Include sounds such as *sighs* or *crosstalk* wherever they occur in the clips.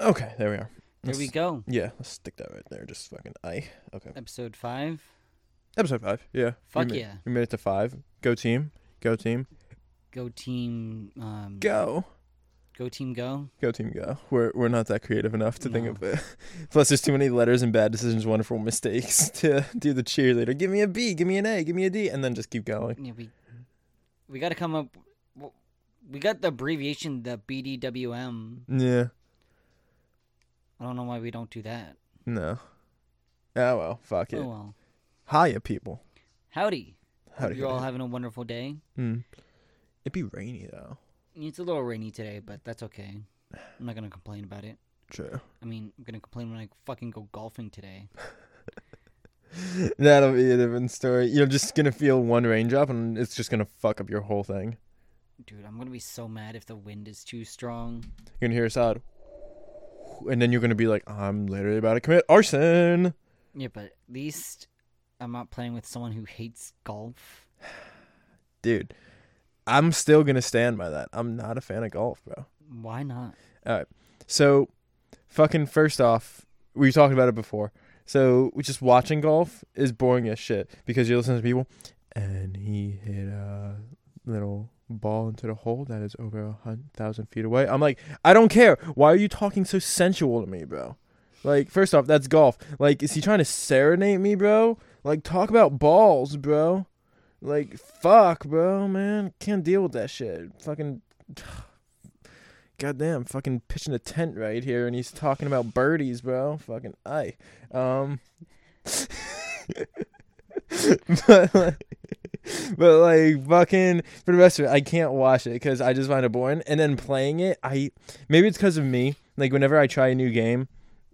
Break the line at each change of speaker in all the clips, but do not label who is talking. Okay, there we are.
There we go.
Yeah, let's stick that right there. Just fucking I. Okay.
Episode five.
Episode five. Yeah.
Fuck
we made,
yeah.
We made it to five. Go team. Go team.
Go team. Um, go.
Go.
team go.
Go team. Go. We're we're not that creative enough to think
No.
of it. *laughs* Plus, there's too many letters and bad decisions, wonderful mistakes *laughs* to do the cheerleader. Give me a B. Give me an A. Give me a D, and then just keep going.
Yeah, we we got to come up. w- We got the abbreviation the BDWM.
Yeah.
I don't know why we don't do that.
No. Oh well. Fuck it.
Oh well.
Hiya, people.
Howdy.
How
Hope you're all having a wonderful day.
Mm. It'd be rainy though.
It's a little rainy today, but that's okay. I'm not gonna complain about it.
True.
I mean, I'm gonna complain when I fucking go golfing today.
That'll be a different story. You're just gonna feel one raindrop, and it's just gonna fuck up your whole thing.
Dude, I'm gonna be so mad if the wind is too strong.
You're gonna hear a sound, and then you're gonna be like, "I'm literally about to commit arson."
Yeah, but at least I'm not playing with someone who hates golf.
Dude, I'm still gonna stand by that. I'm not a fan of golf, bro.
Why not?
So, fucking first off, we talked about it before. So, just watching golf is boring as shit because you listen to people, and he hit a little ball into the hole that is over a hundred thousand feet away. I'm like, I don't care. Why are you talking so sensual to me, bro? Like, first off, that's golf. Like, is he trying to serenade me, bro? Like, talk about balls, bro. Like, fuck, bro, man. Can't deal with that shit. Fucking goddamn fucking pitching a tent right here and he's talking about birdies bro fucking i um *laughs* but like, but like fucking for the rest of it i can't watch it because i just find it boring and then playing it i maybe it's because of me like whenever i try a new game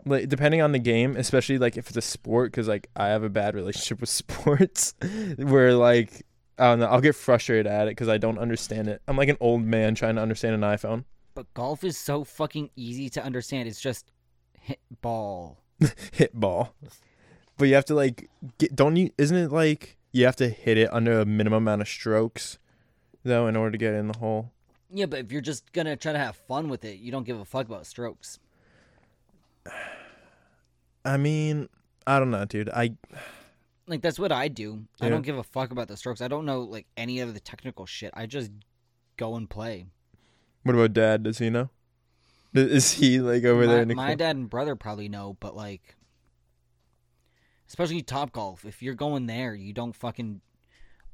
like depending on the game especially like if it's a sport because like i have a bad relationship with *laughs* sports where like i don't know i'll get frustrated at it because i don't understand it i'm like an old man trying to understand an iphone
But golf is so fucking easy to understand. It's just hit ball.
hit ball. But you have to like get don't you isn't it like you have to hit it under a minimum amount of strokes though in order to get in the hole.
Yeah, but if you're just gonna try to have fun with it, you don't give a fuck about strokes.
I mean, I don't know, dude. I
Like that's what I do. I
Yeah.
don't give a fuck about the strokes. I don't know like any of the technical shit. I just go and play.
what about dad? Does he know? I- Is he like over
my,
there in the
my
cor-
dad and brother probably know, but like, especially Top Golf, if you're going there, you don't fucking.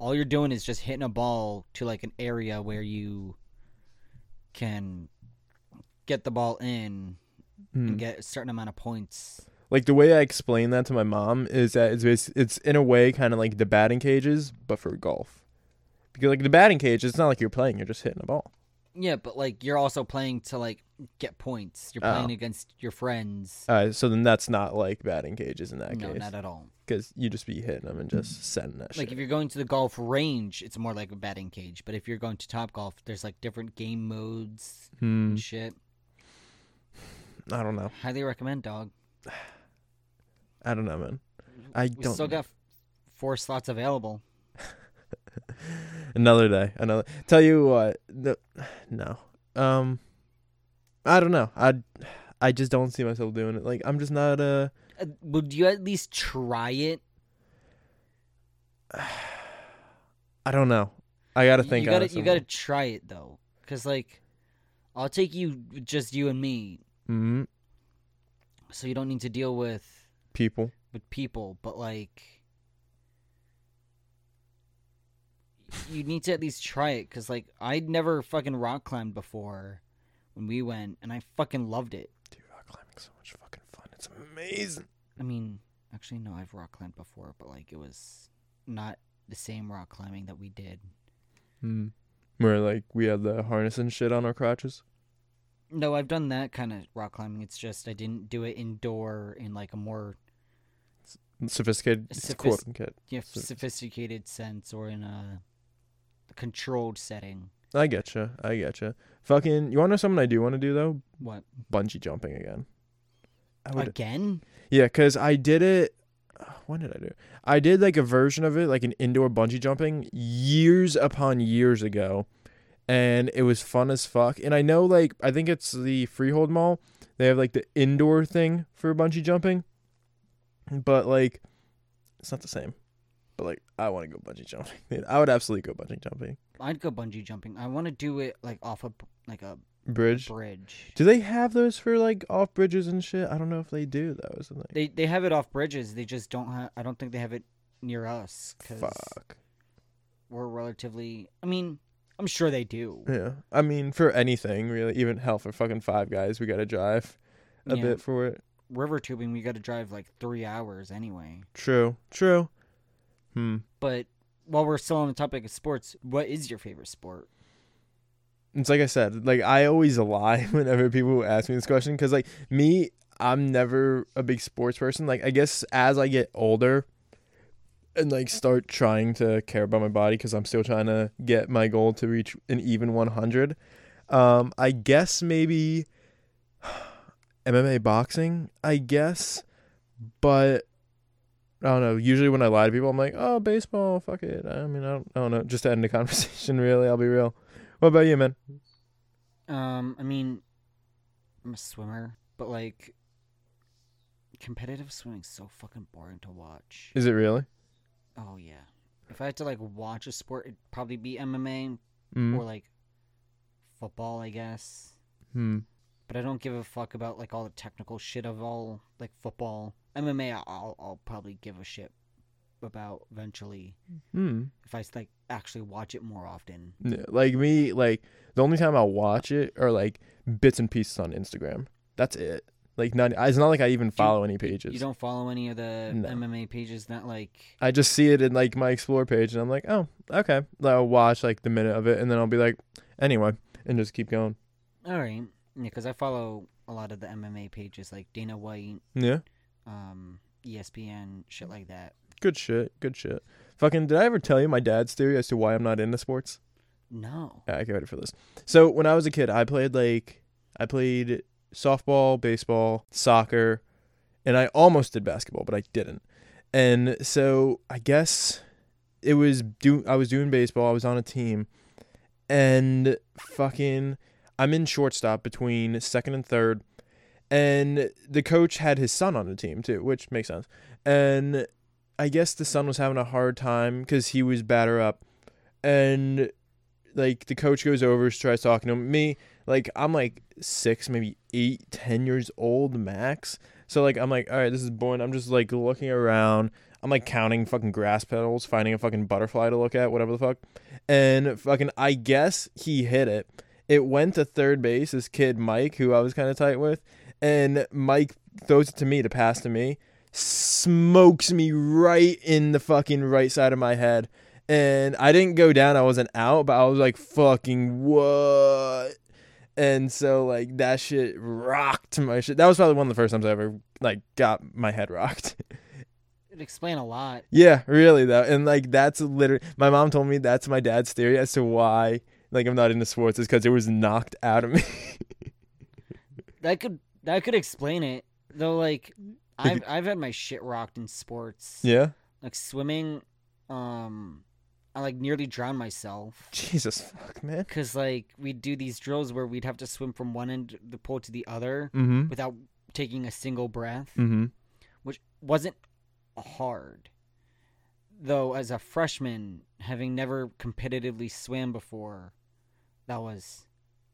All you're doing is just hitting a ball to like an area where you can get the ball in
Hmm.
and get a certain amount of points.
Like the way I explain that to my mom is that it's basi- it's in a way kind of like the batting cages but for golf. Because like the batting cage, it's not like you're playing; you're just hitting a ball.
Yeah, but like you're also playing to like get points. You're
Oh.
playing against your friends.
Uh, so then that's not like batting cages in that
no,
case,
not at all.
because you just be hitting them and just sending that shit.
Like if you're going to the golf range, it's more like a batting cage. But if you're going to Top Golf, there's like different game modes
Hmm.
and shit.
I don't know.
Highly recommend, dog.
I don't know, man. I
We
don't.
still
know.
got f- four slots available.
another day. Another. Tell you what. The, no. Um. I don't know. I. I just don't see myself doing it. Like I'm just not a.
Uh, would you at least try it?
I don't know. I gotta
You-
think.
You
on
gotta,
it
you
some
gotta
more.
try it though, because like, I'll take you just you and me,
Mhm.
so you don't need to deal with
People.
with people. But like, you need to at least try it, because like I'd never fucking rock climbed before when we went, and I fucking loved it.
Dude, rock climbing's so much fucking fun. It's amazing.
I mean, actually, no, I've rock climbed before, but like it was not the same rock climbing that we did. Hmm.
Mm. Where like we had the harness and shit on our crotches.
No, I've done that kind of rock climbing. It's just I didn't do it indoor in like a more
Sophisticated. it's
Sophis-
quote unquote.
you know,
So-
sophisticated sense or in a controlled setting.
I getcha. I getcha. Fucking. You wanna know something I do want to do though?
What
Bungee jumping again. I would
again?
Yeah, because I did it. *sighs* When did I do? it? I did like a version of it, like an indoor bungee jumping, years upon years ago, and it was fun as fuck. And I know, like, I think it's the Freehold Mall. They have like the indoor thing for bungee jumping, but like, it's not the same. But like, I want to go bungee jumping. *laughs* Dude, I would absolutely go bungee jumping.
I'd go bungee jumping. I want to do it like off a like a
Bridge.
bridge.
Do they have those for like off bridges and shit? I don't know if they do though. Isn't
They they have it off bridges. They just don't have. I don't think they have it near us because
fuck.
we're relatively. I mean, I'm sure they do.
Yeah. I mean, for anything really, even hell for fucking five guys, we gotta drive a
Yeah.
bit for it.
River tubing, we got to drive like three hours anyway.
True. True. Hmm.
But while we're still on the topic of sports, what is your favorite sport?
It's like I said, like I always *laughs* lie whenever people ask me this question because, like, me, I'm never a big sports person. Like, I guess as I get older and like start trying to care about my body because I'm still trying to get my goal to reach an even 100, um, I guess maybe *sighs* MMA boxing, I guess, but. I don't know. Usually, when I lie to people, I'm like, "Oh, baseball, fuck it." I mean, I don't, I don't know. Just to end the *laughs* conversation, really, I'll be real. What about you, man?
Um, I mean, I'm a swimmer, but like competitive swimming's so fucking boring to watch.
Is it really?
Oh yeah. If I had to like watch a sport, it'd probably be MMA
Mm.
or like football, I guess.
Hmm.
But I don't give a fuck about like all the technical shit of all like football. MMA, I- I'll I'll probably give a shit about eventually
Hmm.
if I like actually watch it more often.
Yeah, Like me, like the only time I watch it are like bits and pieces on Instagram. That's it. Like not. It's not like I even follow any pages.
You don't follow any of the
No.
MMA pages, not like
I just see it in like my explore page, and I'm like, oh, okay. Like, I'll watch like the minute of it, and then I'll be like, anyway, and just keep going.
all right, because I follow a lot of the MMA pages, like Dana White,
Yeah.
um, ESPN, shit like that.
Good shit. Good shit. Fucking. Did I ever tell you my dad's theory as to why I'm not into sports?
No,
Yeah, I get ready for this. So when I was a kid, I played like I played softball, baseball, soccer, and I almost did basketball, but I didn't. And so I guess it was do I was doing baseball. I was on a team, and fucking I'm in shortstop between second and third, and the coach had his son on the team too, which makes sense. And I guess the son was having a hard time because he was batter up, and like the coach goes over, tries talking to him. Me, like I'm like six, maybe eight, ten years old max. So like I'm like, all right, this is boring. I'm just like looking around. I'm like counting fucking grass petals, finding a fucking butterfly to look at, whatever the fuck. And fucking, I guess he hit it. It went to third base. This kid Mike, who I was kind of tight with, and Mike throws it to me to pass to me. Smokes me right in the fucking right side of my head and I didn't go down. I wasn't out, but I was like, fucking what? And so like that shit rocked my shit. That was probably one of the first times I ever like got my head rocked. *laughs*
it'd explain a lot.
yeah, really though. And like that's literally my mom told me that's my dad's theory as to why like I'm not into sports is because it was knocked out of me. *laughs*
That could that could explain it though. Like I've I've had my shit rocked in sports,
yeah.
like swimming. Um, I like nearly drowned myself.
Jesus fuck, man.
Cause like we'd do these drills where we'd have to swim from one end of the pool to the other
Mm-hmm.
without taking a single breath,
Mm-hmm.
which wasn't hard. Though as a freshman, having never competitively swam before, that was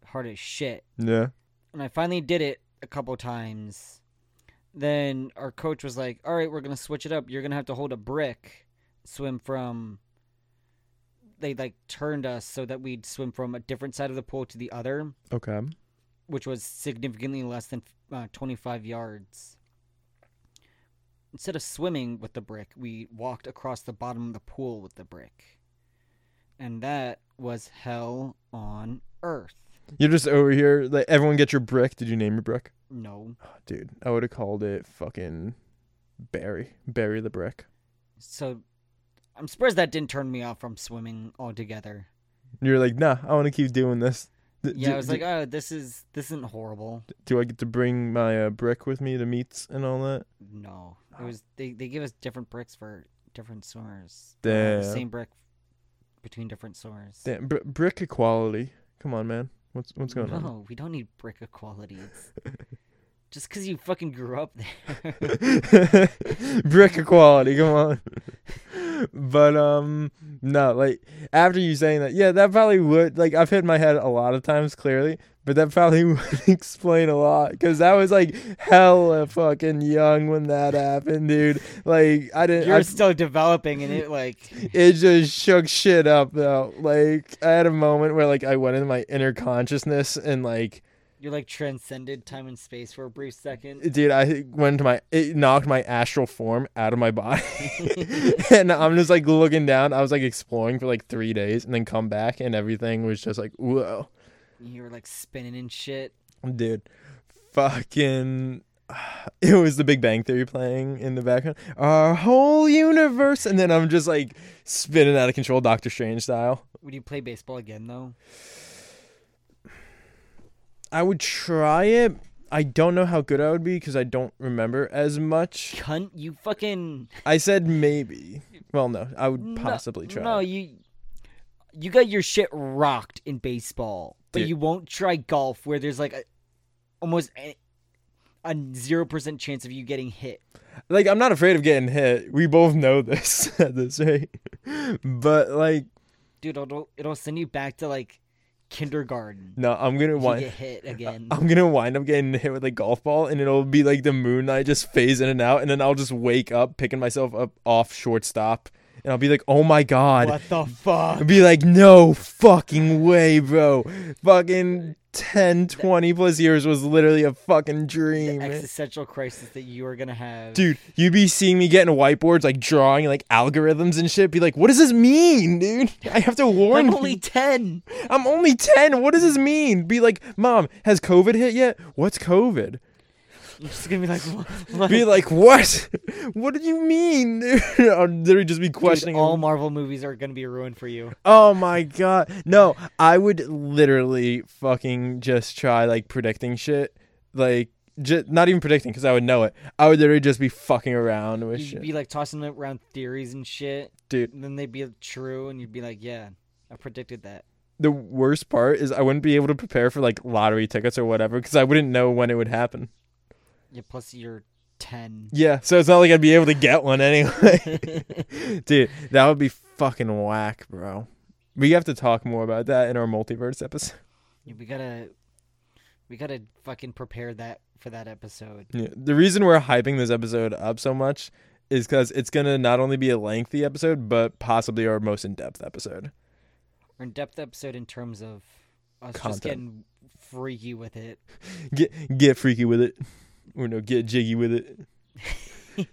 hard as shit.
Yeah.
And I finally did it a couple times. Then our coach was like, "All right, we're gonna switch it up. You're gonna have to hold a brick, swim from." They like turned us so that we'd swim from a different side of the pool to the other,
Okay.
which was significantly less than uh, 25 yards. Instead of swimming with the brick, we walked across the bottom of the pool with the brick. And that was hell on earth.
You're just over here. Like everyone get your brick. Did you name your brick?
No.
Oh, dude, I would have called it fucking Barry. Barry the brick.
So I'm surprised that didn't turn me off from swimming altogether.
You're like, nah, I want to keep doing this. D-
Yeah,
do,
I was
do-
like, oh, this is this isn't horrible.
do I get to bring my uh, brick with me to meets and all that?
No, it was they they give us different bricks for different swimmers. Uh,
Damn,
the same brick between different swimmers.
damn, br- brick equality. Come on, man. What's what's going on?
No, we don't need brick equality. It's just because you fucking grew up there.
*laughs* Brick equality, come on. but um no, like after you saying that, yeah, that probably would like I've hit my head a lot of times clearly, but that probably *laughs* would explain a lot cuz I was like hella fucking young when that happened, dude. Like I didn't
You're
I,
still developing, and it like
*laughs* it just shook shit up though. Like I had a moment where like I went into my inner consciousness and like
you like transcended time and space for a brief second.
dude i went to my it knocked my astral form out of my body *laughs* and i'm just like looking down i was like exploring for like three days and then come back and everything was just like whoa
You were like spinning and shit.
dude fucking *sighs* it was the big bang theory playing in the background our whole universe and then i'm just like spinning out of control doctor strange style
Would you play baseball again though?
i would try it i don't know how good i would be because i don't remember as much
Cunt, you fucking
i said maybe well no i would
No-
possibly try
No,
it.
you you got your shit rocked in baseball, but
Dude.
you won't try golf where there's like a, almost a- a zero percent chance of you getting hit.
like I'm not afraid of getting hit. We both know this *laughs* at this rate. But like
dude it'll, it'll send you back to like kindergarten
no, I'm gonna
if you
wind *laughs*
get hit again
I'm gonna wind up getting hit with a golf ball and it'll be like the moon I just phase in and out and then I'll just wake up picking myself up off shortstop and I'll be like, Oh my god
what the
*laughs*
fuck
I'll be like, No fucking way, bro. Fucking 10, 20 plus years was literally a fucking dream.
existential crisis that you are gonna have
Dude, you'd be seeing me getting whiteboards, like drawing like algorithms and shit. Be like, what does this mean, dude? *laughs* I have to warn
i'm
people.
only 10
I'm only 10. What does this mean? Be like, Mom, has COVID hit yet? What's COVID?
i'm *laughs* just gonna be like *laughs* what, what?
Be like, What? *laughs* What do you mean? *laughs* I'll literally just be questioning.
Dude, all
him.
marvel movies are gonna be ruined for you
oh my God. No, I would literally fucking just try like predicting shit. Like, just, not even predicting because I would know it. I would literally just be fucking around with
you'd
shit.
be like tossing around theories and shit
Dude.
and then they'd be true and you'd be like yeah i predicted that
the worst part is I wouldn't be able to prepare for like lottery tickets or whatever because I wouldn't know when it would happen.
yeah plus you're 10
Yeah, so it's not like I'd be able to get one *laughs* anyway.
*laughs*
Dude, that would be fucking whack, bro. We have to talk more about that in our multiverse episode.
we gotta we gotta fucking prepare that for that episode
Yeah. The reason we're hyping this episode up so much is because it's going to not only be a lengthy episode, but possibly our most in depth episode.
or in depth episode in terms of us
Content.
just getting freaky with it.
Get, get freaky with it. Or no, get jiggy with it. *laughs*
*laughs*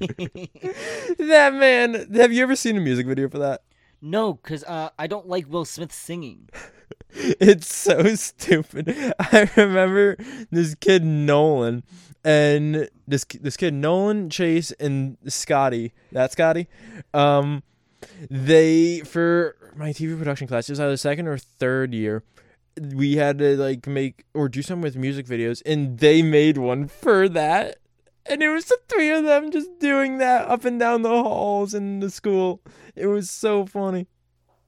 That man, have you ever seen a music video for that?
no, because uh, I don't like Will Smith singing.
*laughs* It's so stupid. *laughs* I remember this kid Nolan and this this kid Nolan Chase and Scotty. That Scotty. Um, they for my TV production class. It was either second or third year. We had to like make or do something with music videos, and they made one for that. And it was the three of them just doing that up and down the halls in the school. It was so funny.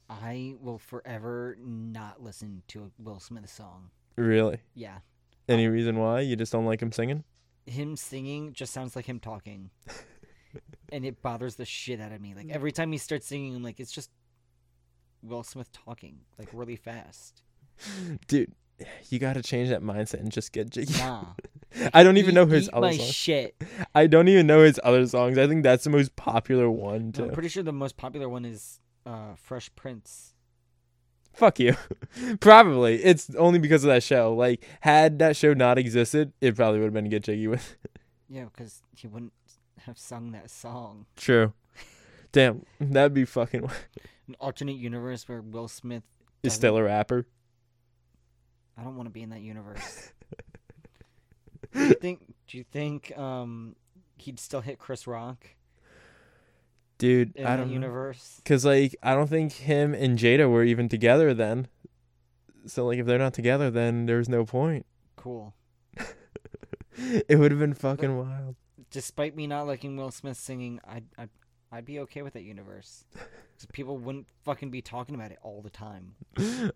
I will forever not listen to a Will Smith song.
Really.
Yeah.
Any reason why you just don't like him singing?
Him singing just sounds like
*laughs*
him talking. and it bothers the shit out of me.
Mm.
Like every time he starts singing, I'm like, it's just Will Smith talking, like really fast.
Dude, you got to change that mindset and just get jiggy.
Nah.
*laughs* I don't even
Eat-
know his
eat
other
my
songs. *laughs*
shit.
I don't even know his other songs. I think that's the most popular one
No,
too.
I'm pretty sure the most popular one is uh, Fresh Prince.
Fuck you. *laughs* probably. It's only because of that show. Like had that show not existed, it probably would have been get jiggy with. *laughs*
Yeah, because he wouldn't have sung that song.
True. Damn, that'd be fucking *laughs*
An alternate universe where Will Smith.
is
doesn't-
still a rapper.
I don't want to be in that universe.
*laughs*
do you think? Do you think um, he'd still hit Chris Rock
Dude,
in
I
that
don't know.
universe?
Cuz like I don't think him and Jada were even together then. So like if they're not together then there's no point. *laughs*
Cool.
It would have been fucking wild.
Despite me not liking Will Smith singing, I'd I'd, I'd be okay with
*laughs*
that universe. 'Cause people wouldn't fucking be talking about it all the time.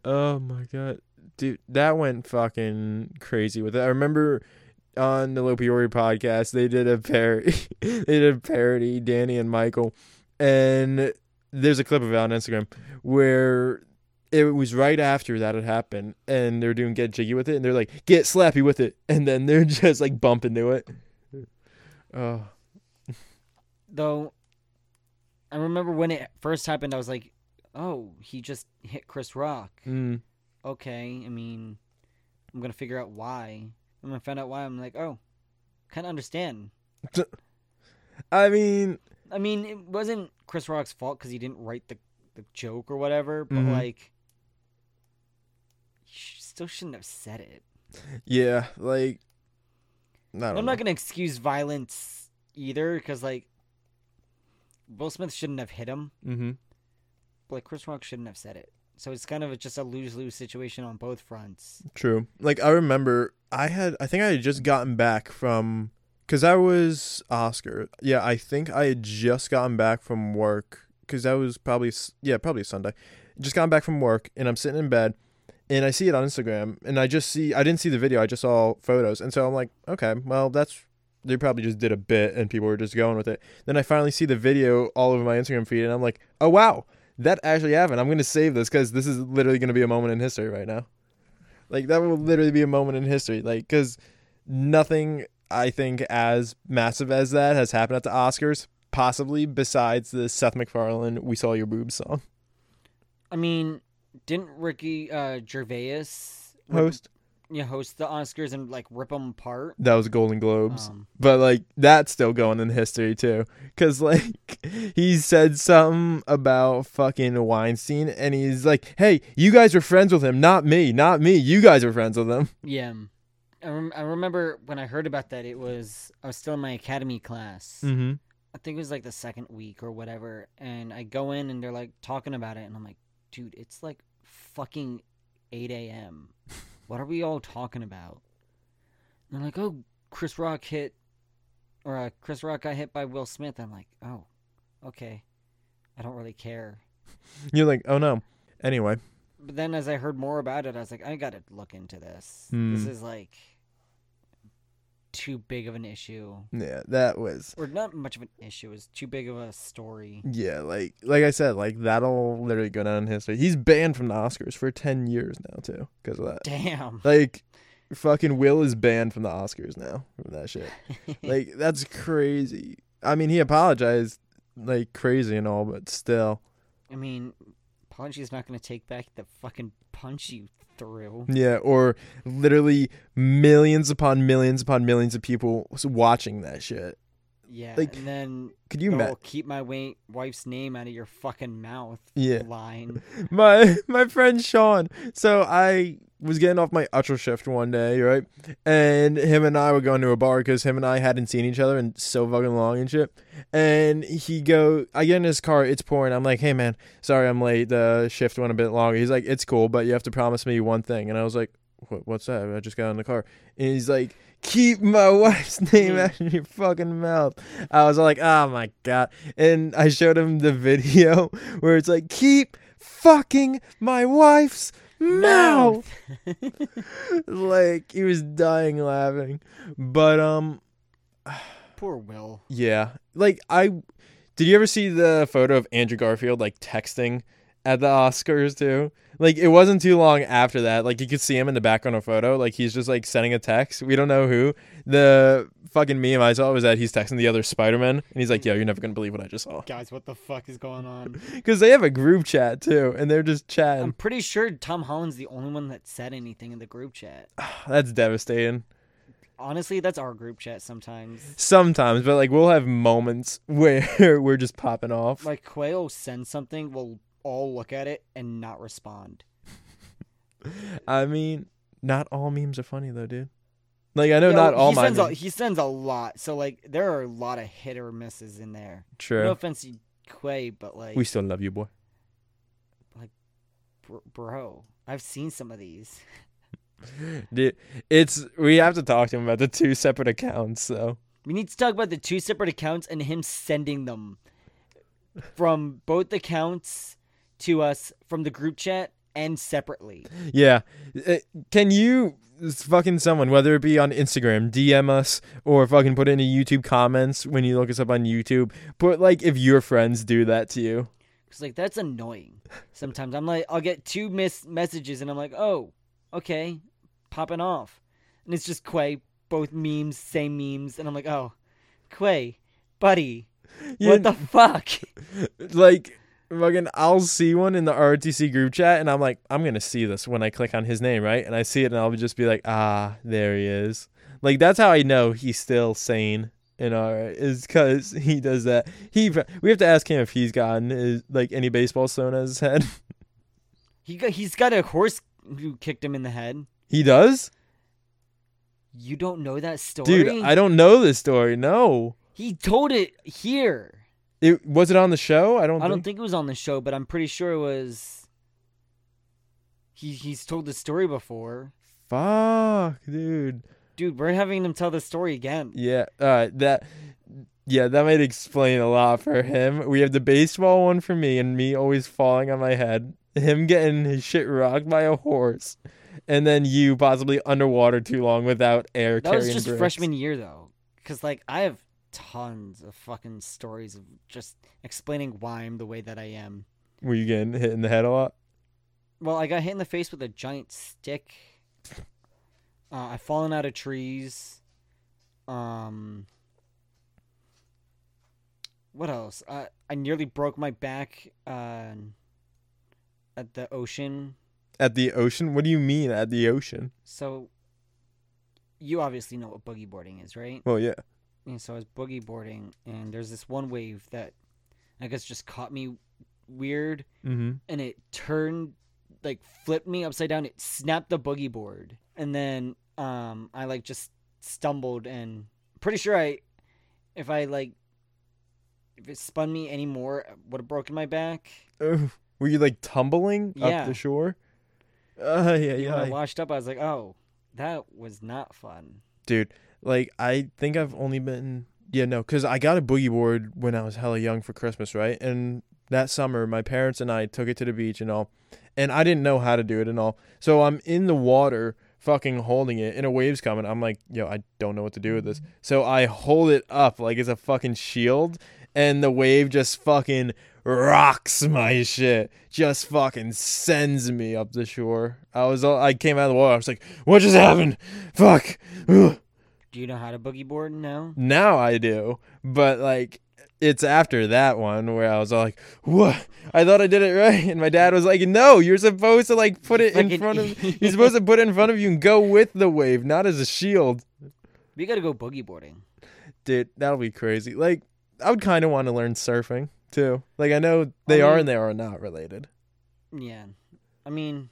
oh my god dude, that went fucking crazy with it. I remember on the Lopiori podcast they did a parody. *laughs* they did a parody, Danny and Michael, and there's a clip of it on Instagram where it was right after that had happened, and they're doing get jiggy with it, and they're like get slappy with it, and then they're *laughs* just like bumping to it. Oh,
Though, I remember when it first happened, I was like, "Oh, he just hit Chris Rock."
mm,
Okay, I mean, I'm gonna figure out why. And when I found out why, I'm like, "Oh, kind of understand."
I mean,
I mean, it wasn't Chris Rock's fault because he didn't write the the joke or whatever, but
Mhm.
like, he sh- still shouldn't have said it.
yeah, like I don't
I'm
know.
not gonna excuse violence either, because like, Will Smith shouldn't have hit him.
mm-hmm.
But, like Chris Rock shouldn't have said it. So it's kind of a, just a lose lose situation on both fronts.
True. Like I remember, I had I think I had just gotten back from because I was Oscar. Yeah, I think I had just gotten back from work because that was probably s- yeah probably Sunday. Just gotten back from work and I'm sitting in bed and I see it on Instagram and I just see I didn't see the video I just saw photos and so I'm like okay well that's they probably just did a bit and people were just going with it. Then I finally see the video all over my Instagram feed and I'm like oh wow that actually happened. I'm gonna save this because this is literally gonna be a moment in history right now. Like that will literally be a moment in history. Like because nothing I think as massive as that has happened at the Oscars, possibly besides the Seth MacFarlane "We Saw Your Boobs" song
I mean, didn't Ricky uh, Gervais rip-
host.
you know, host the Oscars and like rip them apart?
That was Golden Globes,
Um,
but like that's still going in history too. Cause *laughs* like he said something about fucking Weinstein, and he's like, "Hey, you guys were friends with him, not me, not me. You guys were friends with him."
yeah, um, I, rem- I remember when I heard about that. It was I was still in my academy class.
Mm-hmm.
I think it was like the second week or whatever, and I go in and they're like talking about it, and I'm like, dude, it's like fucking 8 a.m. What are we all talking about? And they're like, oh, Chris Rock hit, or uh, Chris Rock got hit by Will Smith. I'm like, oh, okay, I don't really care.
You're like, "Oh no." Anyway,
But then as I heard more about it, I was like, I gotta look into this. This
Hmm.
is like too big of an issue,
yeah, that was
or not much of an issue. It's too big of
*laughs*
a story.
Yeah, like like I said, like that'll literally go down in history. He's banned from the Oscars for ten years now too, because of that.
Damn. *laughs*
Like, fucking Will is banned from the Oscars now from that shit. Like that's crazy. I mean, he apologized like crazy and all, but still,
I mean, Punchy's not going to take back the fucking punch you threw.
yeah. Or literally millions upon millions upon millions of people watching that shit.
Yeah,
Like,
and then
Could you
you
imagine?
keep my wa- wife's name out of your fucking mouth.
Yeah. *laughs*
Line.
my my friend Sean. So I was getting off my usher shift one day, right? And him and I were going to a bar because him and I hadn't seen each other in so fucking long and shit. And he go, I get in his car, it's pouring. I'm like, hey man, sorry I'm late. The shift went a bit longer. He's like, it's cool, but you have to promise me one thing. And I was like, what, what's that? I just got in the car. And he's like, keep my *laughs* wife's name out of your fucking mouth. I was like, oh my god. And I showed him the video *laughs* where it's like, keep fucking my wife's mouth. *laughs* like he was dying laughing. But um,
Poor Will.
yeah. Like I, did you ever see the photo of Andrew Garfield like texting at the Oscars too? Like it wasn't too long after that. Like you could see him in the background of a photo. Like he's just like sending a text. We don't know who. The fucking meme I saw was that he's texting the other Spider Man, and he's like, "Yo, you're never gonna believe what I just saw."
Guys, what the fuck is going on?
Because they have a group chat too, and they're just
I'm
chatting.
pretty sure Tom Holland's the only one that said anything in the group chat.
*sighs* That's devastating.
Honestly, that's our group chat sometimes.
Sometimes, but like we'll have moments *laughs* where we're just popping off.
Like, Quayle sends something, we'll all look at it and not respond.
I mean, not all memes are funny though, dude. Like I know
Yo,
not all
he
my
sends a,
memes-
he sends a lot, so like there are a lot of hit or misses in there.
True.
No offense to Quay, but like,
we still love you, boy.
br- bro, I've seen some of these.
Dude, it's we have to talk to him about the two separate accounts. So
We need to talk about the two separate accounts and him sending them from both accounts to us from the group chat and separately.
Yeah. Uh, Can you s- fucking someone, whether it be on Instagram, DM us or fucking put in the YouTube comments when you look us up on YouTube, put like if your friends do that to you.
Cause like that's annoying. Sometimes I'm like, I'll get two miss messages, and I'm like, oh, okay, popping off, and it's just Quay, both memes, same memes, and I'm like, oh, Quay, buddy,
You-
what the fuck?
like fucking I'll see one in the ROTC group chat and I'm like, I'm gonna see this when I click on his name, right? And I see it and I'll just be like, ah, there he is. Like that's how I know he's still sane and alright is because he does that. He we have to ask him if he's gotten his, like any baseball thrown at his head. *laughs*
He got, he's got a horse who kicked him in the head.
he does,
You don't know that story,
dude. I don't know this story. No,
he told it here.
it was it on the show. I don't.
I don't
think-
think it was on the show, but I'm pretty sure it was. He he's told the story before,
Fuck, dude.
dude. We're having him tell the story again.
Yeah, uh, that. Yeah, that might explain a lot for him. We have the baseball one for me, and me always falling on my head. Him getting his shit rocked by a horse, and then you possibly underwater too long without air.
That was
carrying
just
bricks.
freshman year though, because like I have tons of fucking stories of just explaining why I'm the way that I am.
Were you getting hit in the head a lot?
Well, I got hit in the face with a giant stick. Uh, I've fallen out of trees. Um, what else? I I nearly broke my back uh, at the ocean.
At the ocean? What do you mean at the ocean?
So you obviously know what boogie boarding is, right?
Well, yeah.
and so I was boogie boarding, and there's this one wave that I guess just caught me weird,
Mm-hmm.
and it turned like flipped me upside down. It snapped the boogie board, and then um I like just stumbled, and pretty sure I if I like if it spun me any more would have broken my back.
were you like tumbling
Yeah.
up the shore? Uh, yeah,
And
yeah.
When I washed up, I was like, oh, that was not fun.
dude. Like I think I've only been yeah no because I got a boogie board when I was hella young for Christmas right, and that summer my parents and I took it to the beach and all, and I didn't know how to do it and all, so I'm in the water fucking holding it and a wave's coming i'm like yo i don't know what to do with this so i hold it up like it's a fucking shield and the wave just fucking rocks my shit just fucking sends me up the shore i was all i came out of the water i was like what just happened fuck Ugh."
Do you know how to boogie board now?
Now I do, but like it's after that one where I was all like, "What? I thought I did it right," and my dad was like, "No, you're supposed to like put it in
Fucking-
front of
*laughs*
you're supposed to put it in front of you and go with the wave, not as a shield,
We gotta go boogie boarding.
dude. That'll be crazy. Like I would kind of want to learn surfing too. Like I know they
I
are
mean-
and they are not related.
Yeah, I mean,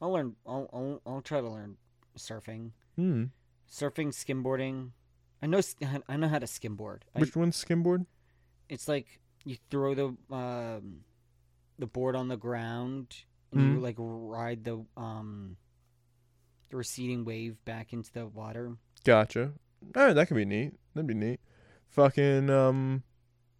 I'll learn. I'll I'll, I'll try to learn surfing,
Hmm.
surfing, skimboarding. I know s- I know how to skimboard. I,
Which one's skimboard?
it's like you throw the um, the board on the ground and you
Mhm.
like ride the um the receding wave back into the water.
Gotcha. All right, that could be neat. That'd be neat. Fucking um,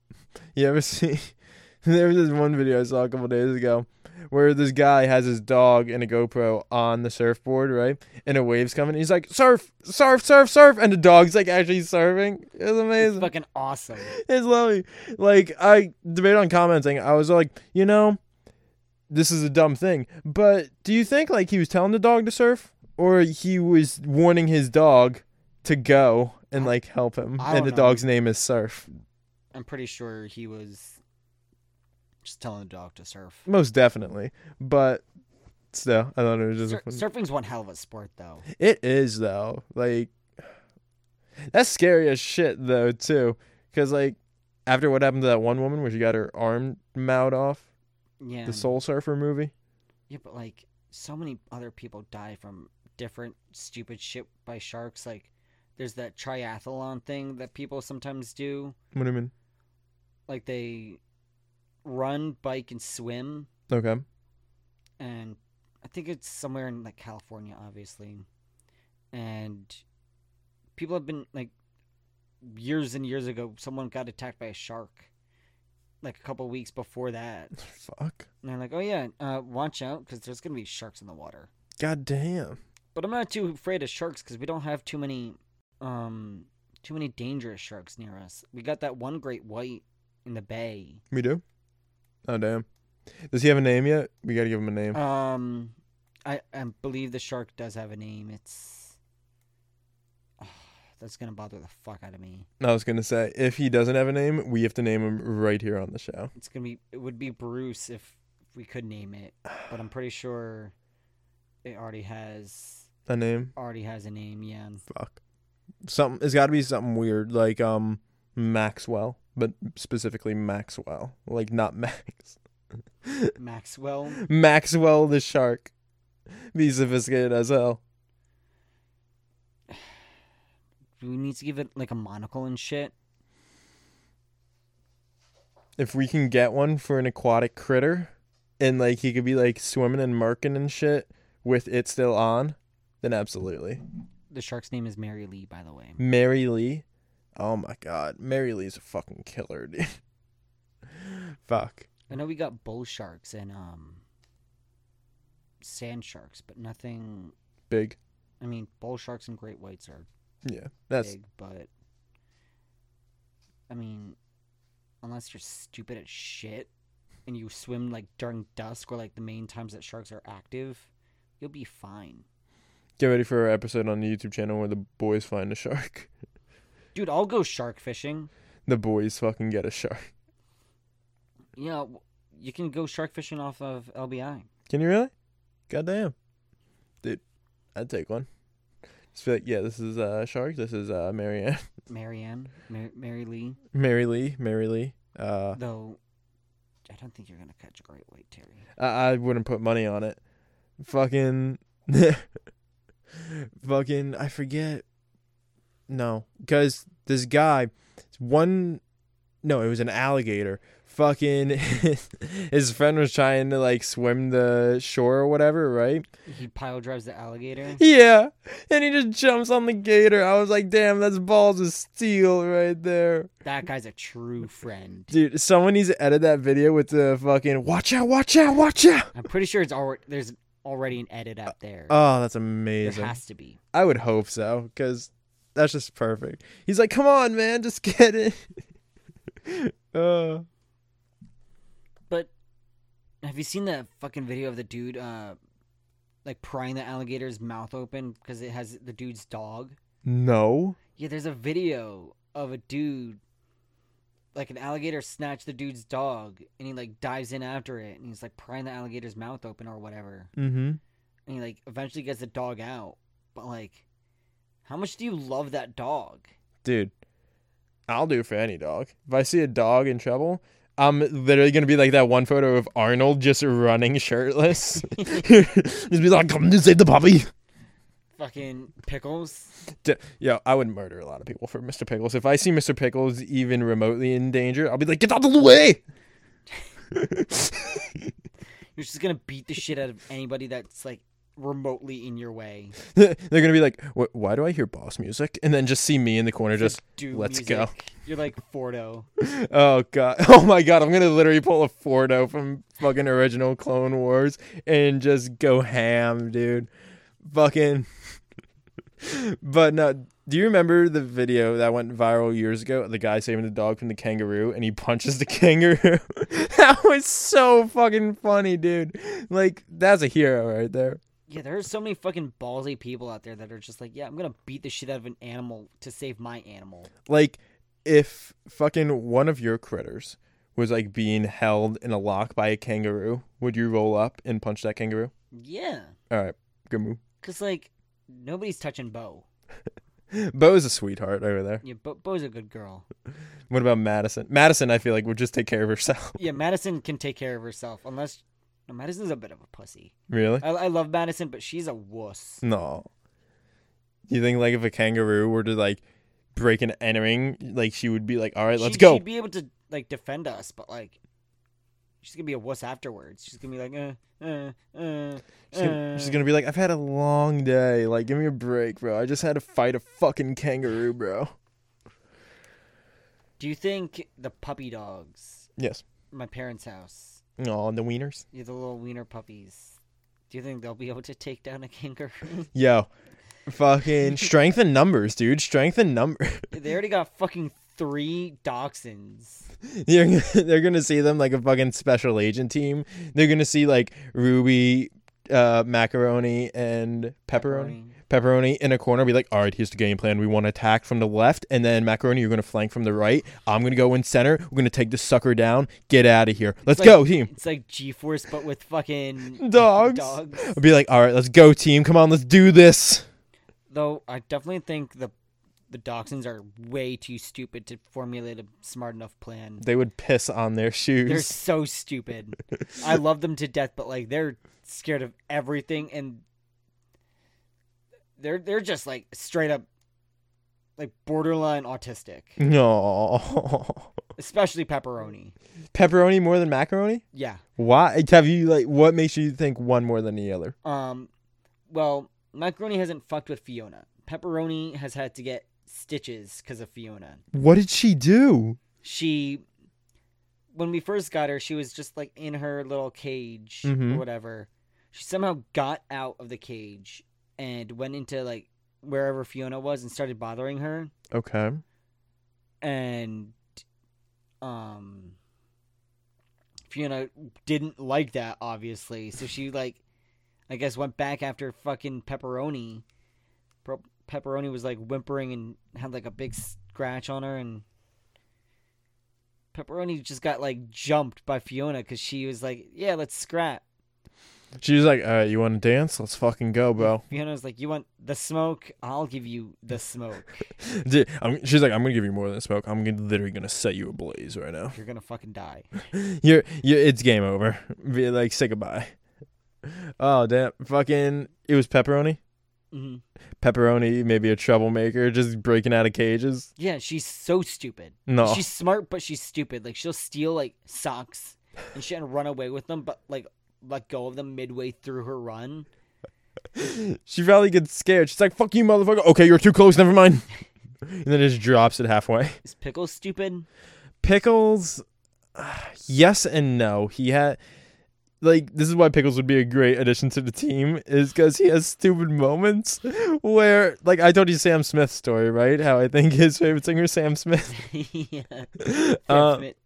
*laughs* you ever see? *laughs* there was this one video I saw a couple days ago where this guy has his dog and a GoPro on the surfboard, right? And a wave's coming. he's like, "Surf, surf, surf, surf," and the dog's like actually surfing. It was
It's
amazing.
fucking awesome.
It's lovely. Like I debate on commenting. I was like, you know, this is a dumb thing, but do you think like he was telling the dog to surf, or he was warning his dog to go and like help him?
I
And the
don't know.
dog's name is Surf.
I'm pretty sure he was just telling the dog to surf.
Most definitely, but still, I thought it was just
Sur-
a fun-
surfing's one hell of a sport, though.
It is though. Like that's scary as shit though too, because like after what happened to that one woman where she got her arm mowed off,
Yeah.
the Soul Surfer movie.
Yeah, but like so many other people die from different stupid shit by sharks. Like there's that triathlon thing that people sometimes do.
What do you mean?
Like they run, bike, and swim.
Okay.
And I think it's somewhere in like California, obviously. And people have been like years and years ago, someone got attacked by a shark like a couple weeks before that.
Fuck.
And they're like, oh yeah, uh, watch out because there's gonna be sharks in the water.
God damn.
But I'm not too afraid of sharks because we don't have too many, um, too many dangerous sharks near us. We got that one great white in the bay.
We do? Oh, damn. Does he have a name yet? We got to give him a name.
Um, I I believe the shark does have a name. It's ah, that's gonna bother the fuck out of me.
I was going to say, if he doesn't have a name, we have to name him right here on the show.
It's gonna be it would be Bruce if, if we could name it, but I'm pretty sure it already has
A name?
already has a name. Yeah,
Fuck. Something. It's got to be something weird, like um Maxwell, but specifically Maxwell, like not Max. *laughs*
Maxwell.
Maxwell the shark. Be sophisticated as hell.
Do we need to give it like a monocle and shit?
If we can get one for an aquatic critter, and like he could be like swimming and marking and shit with it still on, then absolutely.
The shark's name is Mary Lee, by the way.
Mary Lee. Oh my god, Mary Lee's a fucking killer, *laughs* dude. Fuck.
I know we got bull sharks and um sand sharks, but nothing.
Big.
I mean, bull sharks and great whites are
Yeah. That's
big, but I mean, unless you're stupid as shit and you swim like during dusk or like the main times that sharks are active, you'll be fine.
Get ready for our episode on the YouTube channel where the boys find a shark. *laughs*
Dude, I'll go shark fishing.
The boys fucking get a shark.
You know, w- you can go shark fishing off of LBI.
Can you really? Goddamn. Dude, I'd take one. Just be like, yeah, this is uh shark, this is uh Marianne. *laughs*
Marianne, Mar- Mary Lee.
Mary Lee, Mary Lee. Uh
Though, I don't think you're gonna catch a great white, Terry.
I, I wouldn't put money on it. Fucking *laughs* fucking I forget. No, cuz this guy one no, it was an alligator. Fucking *laughs* his friend was trying to like swim the shore or whatever, right?
He pile drives the alligator.
*laughs* Yeah. And he just jumps on the gator. I was like, "Damn, that's balls of steel right there."
That guy's a true friend.
Dude, someone needs to edit that video with the fucking watch out, watch out, watch out.
I'm pretty sure it's already there's already an edit out there.
Oh, that's
there
amazing.
has to be.
I would hope so, because that's just perfect. He's like, come on, man, just *laughs* get it. uh,
But have you seen that fucking video of the dude uh like prying the alligator's mouth open because it has the dude's dog?
no.
Yeah, there's a video of a dude like an alligator snatched the dude's dog and he like dives in after it and he's like prying the alligator's mouth open or whatever.
Mm-hmm.
And he like eventually gets the dog out. But like how much do you love that dog?
Dude, I'll do it for any dog. If I see a dog in trouble, I'm literally gonna be like that one photo of Arnold just running *laughs* shirtless. just be like, come to save the puppy.
Fucking pickles.
D- Yo, I would murder a lot of people for Mr. Pickles. If I see Mr. Pickles even remotely in danger, I'll be like, get out of the way. *laughs*
You're just gonna beat the shit out of anybody that's like remotely in your way.
They're gonna be like, "Wh- "Why do I hear boss music?" And then just see me in the corner, just
do
let's
music.
go.
You're like Fordo.
Oh god, *laughs* oh my god, I'm gonna literally pull a Fordo from fucking original Clone Wars and just go ham, dude. Fucking. *laughs* but no, do you remember the video that went viral years ago? The guy saving the dog from the kangaroo, and he punches the *laughs* kangaroo. that was so fucking funny, dude. Like that's a hero right there.
Yeah, there are so many fucking ballsy people out there that are just like, yeah, I'm gonna beat the shit out of an animal to save my animal.
like if fucking one of your critters was like being held in a lock by a kangaroo, would you roll up and punch that kangaroo?
Yeah,
All right, good move.
cause like nobody's touching Bo.
Bo is a sweetheart over there.
Yeah, Bo- Bo's a good girl.
What about Madison? Madison, I feel like would just take care of herself. *laughs*
Yeah, Madison can take care of herself unless. No, Madison's a bit of a pussy.
really?
I, I love Madison, but she's a wuss.
No. You think like if a kangaroo were to like break an entering, like she would be like, "All right, let's
She-
go."
She'd be able to like defend us, but like, she's gonna be a wuss afterwards. She's gonna be like, uh, uh, uh.
She's gonna,
uh.
she's gonna be like, "I've had a long day. Like, give me a break, bro. I just had to fight a fucking kangaroo, bro."
Do you think the puppy dogs
Yes.
my parents' house.
Oh, the wieners.
You the little wiener puppies. Do you think they'll be able to take down a kangaroo? *laughs*
Yo, fucking strength in numbers, dude. Strength in numbers.
they already got fucking three dachshunds.
They're, they're gonna *laughs* see them like a fucking special agent team. They're gonna see like Ruby, uh, macaroni, and pepperoni. Pepperoni in a corner. Be like, all right, here's the game plan. We want to attack from the left, and then macaroni, you're gonna flank from the right. I'm gonna go in center. We're gonna take this sucker down. Get out of here. Let's
like-
go, team.
It's like G-force, but with
*laughs*
fucking
Dogs.
dogs.
I'll be like, all right, let's go, team. Come on, let's do this.
Though I definitely think the the dachshunds are way too stupid to formulate a smart enough plan.
They would piss on their shoes.
They're so stupid. I love them to death, but like they're scared of everything, and they're they're just like straight up like borderline autistic,
No. *laughs*
especially pepperoni.
Pepperoni more than macaroni?
Yeah.
Why have you like what makes you think one more than the other?
Um. Well, macaroni hasn't fucked with Fiona. Pepperoni has had to get stitches because of Fiona.
What did she do?
she when we first got her she was just like in her little cage
Mhm.
or whatever she somehow got out of the cage and went into like wherever fiona was and started bothering her
Okay.
and um fiona didn't like that obviously so she like i guess went back after fucking pepperoni Pro- pepperoni was like whimpering and had like a big scratch on her and pepperoni just got like jumped by fiona because she was like yeah let's scrap
She was like, "All right, you want to dance? Let's fucking go, *laughs* bro."
fiona's like you want the smoke i'll give you the smoke
Dude, I'm, she's like, "I'm gonna give you more than smoke. I'm gonna, literally gonna set you ablaze right now.
you're gonna fucking die
You're, you're it's game over. *laughs* Be like, say goodbye." Oh damn! Fucking, it was pepperoni.
hmm
Pepperoni, maybe a troublemaker, just breaking out of cages.
yeah she's so stupid
No,
She's smart, but she's stupid. Like she'll steal like socks and shit and run away with them, but like let go of them midway through her run.
*laughs* she probably gets scared. She's like, "Fuck you, motherfucker!" Okay, you're too close. Never mind. and then just drops it halfway.
Is Pickles stupid? *laughs*
Pickles, yes and no. He had like this is why Pickles would be a great addition to the team is because he has stupid moments where like I told you Sam Smith's story right? How I think his favorite singer is Sam Smith,
yeah.
Uh,
Definite.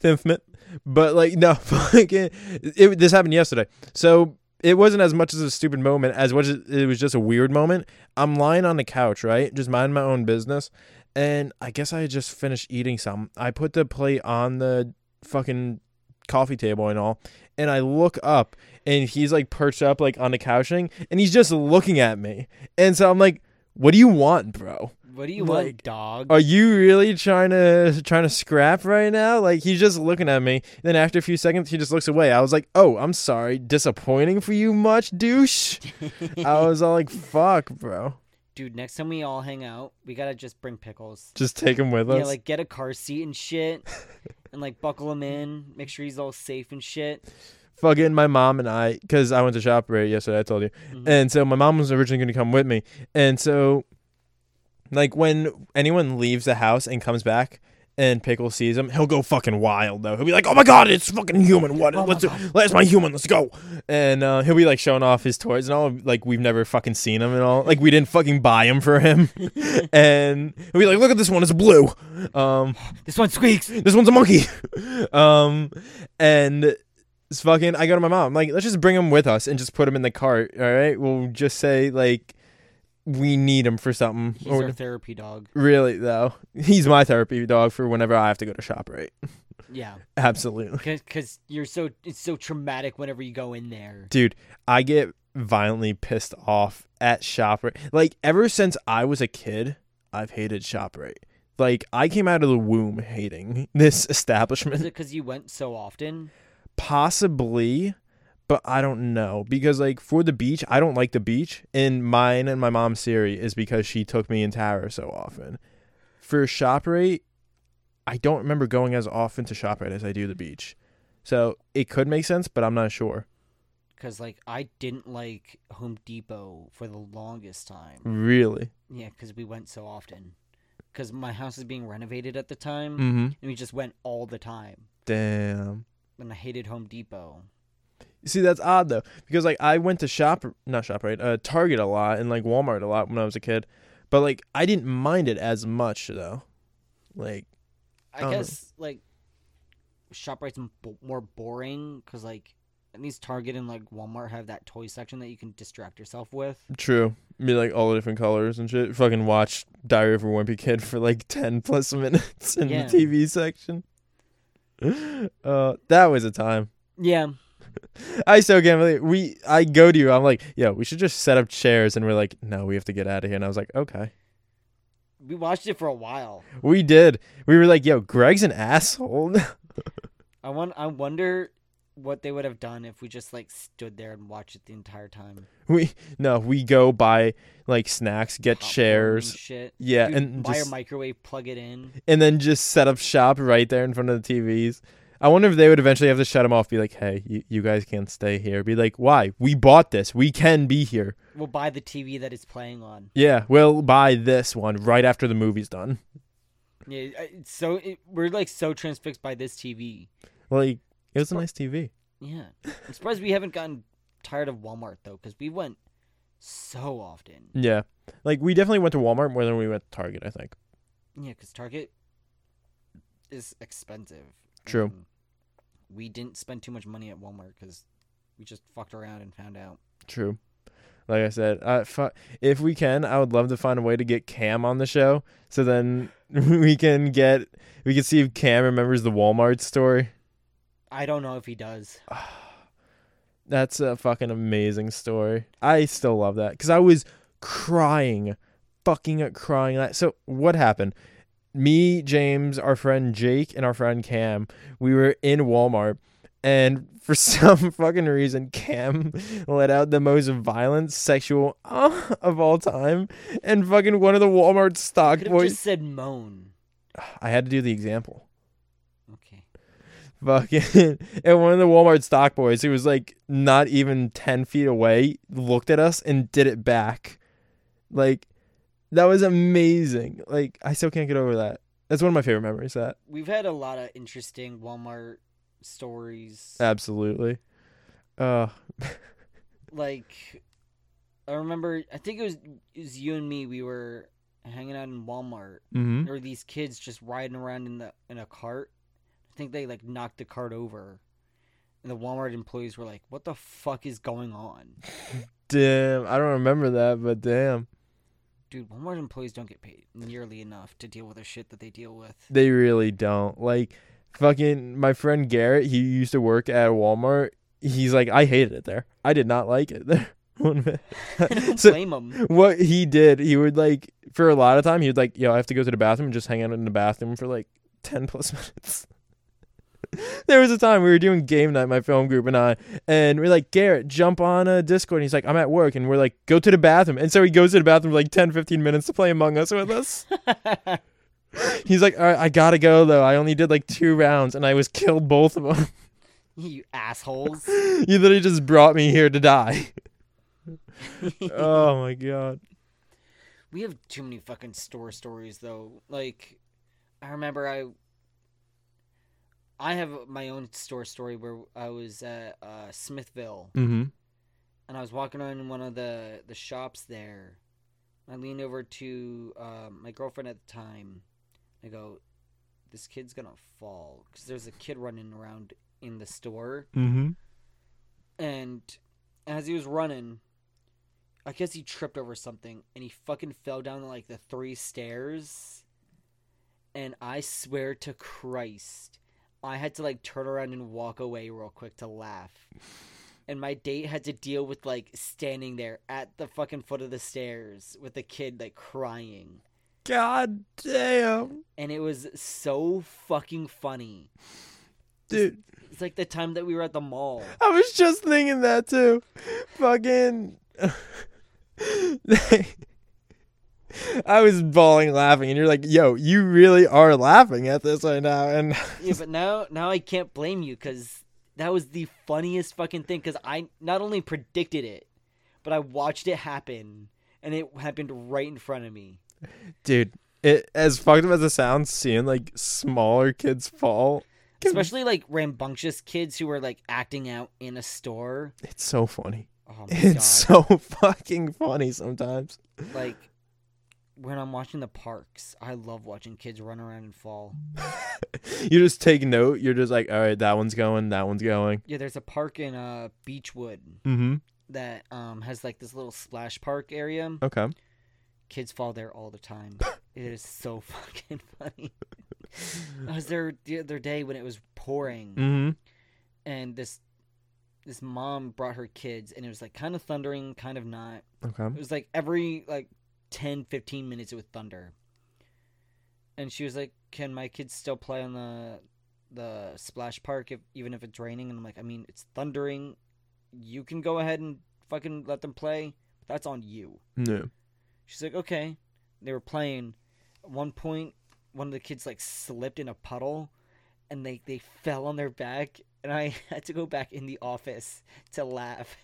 Sam Smith, but like no, *laughs* fucking it, this happened yesterday, so. It wasn't as much as a stupid moment as much as it was just a weird moment. I'm lying on the couch, right? Just minding my own business. And I guess I had just finished eating some. I put the plate on the fucking coffee table and all. And I look up and he's like perched up like on the couching and he's just looking at me. And so I'm like, what do you want, bro?
what do you
like,
want, dog?
Are you really trying to trying to scrap right now? Like he's just looking at me. Then after a few seconds he just looks away. I was like, "Oh, I'm sorry. Disappointing for you much,
*laughs*
douche." I was all like, "Fuck, bro.
Dude, next time we all hang out, we gotta just bring Pickles.
Just take him with us."
Yeah, like get a car seat
*laughs*
and shit, and like buckle him in, make sure he's all safe and shit.
fucking my mom and I, because I went to shop right yesterday. I told you,
Mhm.
and so my mom was originally going to come with me, and so like when anyone leaves the house and comes back. And Pickle sees him. He'll go fucking wild though. He'll be like, "Oh my god, it's fucking human! What?
Oh my
let's do, let's my human. Let's go!" And uh, he'll be like showing off his toys and all. Like we've never fucking seen him and all. Like we didn't fucking buy him for
*laughs*
him. and he'll be like, "Look at this one. It's blue." Um,
This one squeaks.
this one's a monkey. *laughs* um, and it's fucking. I go to my mom. I'm like, let's just bring him with us and just put him in the cart. All right, we'll just say like we need him for something.
He's
Or-
our therapy dog.
really though, *laughs* he's my therapy dog for whenever I have to go to shop. Right, *laughs*
Yeah,
absolutely,
because you're so it's so traumatic whenever you go in
*laughs*
there.
dude. I get violently pissed off at ShopRite. Like ever since I was a kid, I've hated ShopRite. Like I came out of the womb hating *laughs* this establishment.
Is it because you went so often?
possibly but i don't know because like for the beach i don't like the beach and mine and my mom's theory is because she took me and tara so often for shop rate i don't remember going as often to shop rate as i do the beach so it could make sense but i'm not sure
Because, like, I didn't like Home Depot for the longest time.
really
Yeah, because we went so often. because my house is being renovated at the time,
Mm-hmm.
and we just went all the time.
Damn.
And I hated Home Depot.
See, that's odd though, because like I went to shop, not shop, right? Uh, Target a lot and like Walmart a lot when I was a kid, but like I didn't mind it as much though. Like,
I
Oh.
guess like Shoprite's m- bo- more boring because like at least Target and like Walmart have that toy section that you can distract yourself with.
true. Be like all the different colors and shit. Fucking watch Diary of a Wimpy Kid for like *laughs* ten plus minutes in
Yeah.
the TV section. *laughs* Uh, that was a time.
Yeah,
I so can't believe we. I go to you. I'm like, yo, we should just set up chairs, and we're like, no, we have to get out of here. And I was like, okay,
we watched it for a while.
we did. We were like, yo, Greg's an asshole. *laughs*
I want. I wonder what they would have done if we just like stood there and watched it the entire time.
we no, we go buy like snacks, get
Popcorn and
chairs,
shit.
yeah,
Dude,
and
buy
just,
a microwave, plug it in.
and then just set up shop right there in front of the TVs. I wonder if they would eventually have to shut them off. Be like, hey, you, you guys can't stay here. Be like, why? We bought this. We can be here.
We'll buy the TV that it's playing on.
Yeah, we'll buy this one right after the movie's done.
Yeah, I- it's so it, we're like so transfixed by this TV.
Like, it was a nice TV.
Yeah, I'm surprised we haven't gotten tired of Walmart though, because we went so often.
Yeah. Like we definitely went to Walmart more than we went to Target, I think.
Yeah, because Target is expensive.
True.
and We didn't spend too much money at Walmart because we just fucked around and found out.
True. Like I said, I, fu- if we can, I would love to find a way to get Cam on the show so then *laughs* we can get we can see if Cam remembers the Walmart story.
I don't know if he does.
That's a fucking amazing story. I still love that cuz I was crying, fucking crying. Like, So what happened? Me, James, our friend Jake and our friend Cam, we were in Walmart and *laughs* for some fucking reason Cam *laughs* let out the most violent sexual *laughs* "Ah" of all time and fucking one of the Walmart stock
Could have
boys.
just said moan.
*sighs* I had to do the example
Okay.
fucking *laughs* and one of the Walmart stock boys who was like not even ten feet away looked at us and did it back. Like that was amazing. Like I still can't get over that. That's one of my favorite memories. That
We've had a lot of interesting Walmart stories.
absolutely. Uh,
like I remember I think it was it was you and me we were hanging out in Walmart.
mm-hmm.
There were these kids just riding around in the in a cart. I think they like knocked the cart over. And the Walmart employees were like, "What the fuck is going on?"
damn. I don't remember that, but damn,
Dude, Walmart employees don't get paid nearly enough to deal with the shit that they deal with. *laughs*
they really don't. Like fucking my friend Garrett. He used to work at Walmart. He's like, I hated it there. I did not like it there. *laughs* One bit.
I don't
*laughs* So-
blame them.
what he did, he would like for a lot of time, he would like, yo, I have to go to the bathroom and just hang out in the bathroom for like ten *laughs* plus minutes. there was a time we were doing game night, my film group and I, and we are like, Garrett, jump on a Discord. And he's like, I'm at work, and we're like, go to the bathroom. And so he goes to the bathroom for like 10, 15 minutes to play Among Us with *laughs* us. he's like, all right, I gotta go though. I only did like two rounds, and I was killed both of *laughs* them.
*laughs* you assholes.
you literally just brought me here to *laughs* die. oh my god.
We have too many fucking store stories though. Like I remember I I have my own store story where I was at uh, Smithville
Mm-hmm.
and I was walking around in one of the the shops there. I leaned over to uh, my girlfriend at the time. I go, "This kid's gonna fall," because there's a kid running around in the store,
Mm-hmm.
and as he was running, I guess he tripped over something and he fucking fell down like the three stairs. And I swear to Christ, I had to like turn around and walk away real quick to laugh. And my date had to deal with like standing there at the fucking foot of the stairs with the kid like crying.
God damn,
And it was so fucking funny.
dude!
It's like the time that we were at the mall.
I was just thinking that too. Fucking, *laughs* I was bawling laughing, and you're like, "Yo, you really are laughing at this right now." And
yeah, but now now I can't blame you because that was the funniest fucking thing. Because I not only predicted it, but I watched it happen, and it happened right in front of me.
dude, It as fucked up as it sounds, seeing like smaller kids fall,
Especially like rambunctious kids who are like acting out in a store.
it's so funny.
Oh my god.
It's so *laughs* fucking funny sometimes.
like when I'm watching the parks, I love watching kids run around and fall.
you just take note. You're just like, all right, that one's going, that one's going.
Yeah, there's a park in uh Beechwood
Mm-hmm.
that um has like this little splash park area.
Okay.
Kids fall there all the time. it is so *laughs* fucking funny. I was there the other day when it was pouring
Mm-hmm.
and this this mom brought her kids and it was like kind of thundering, kind of not.
Okay.
It was like every like 10, 15 minutes it would thunder. And she was like, "Can my kids still play on the the splash park if, even if it's raining?" And I'm like, "I mean, it's thundering. You can go ahead and fucking let them play. But that's on you."
No.
She's like, "Okay." They were playing. At one point, one of the kids like slipped in a puddle and they they fell on their back and I *laughs* had to go back in the office to laugh.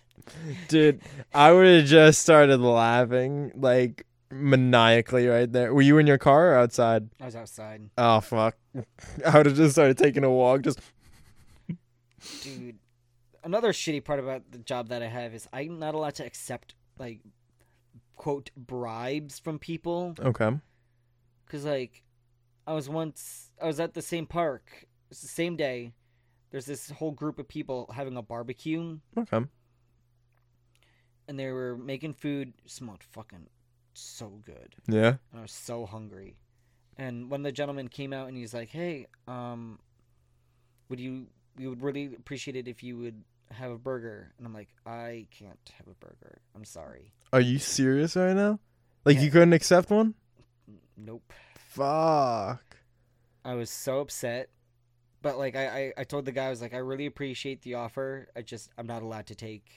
Dude, I would have just started laughing like maniacally right there. Were you in your car or outside?
I was outside.
Oh fuck. *laughs* I would have just started taking a walk just
dude another shitty part about the job that i have is i'm not allowed to accept like quote bribes from people
Okay.
because like i was once i was at the same park it's the same day there's this whole group of people having a barbecue
Okay.
and they were making food smelled fucking so good
Yeah.
and I was so hungry. And when the gentleman came out and he's like, "Hey, um, would you? We would really appreciate it if you would have a burger." And I'm like, "I can't have a burger. I'm sorry.
Are you serious right now? Like
Yeah.
you couldn't accept one?
N- Nope."
Fuck.
I was so upset. But like I, I, I told the guy I was like I really appreciate the offer. I just I'm not allowed to take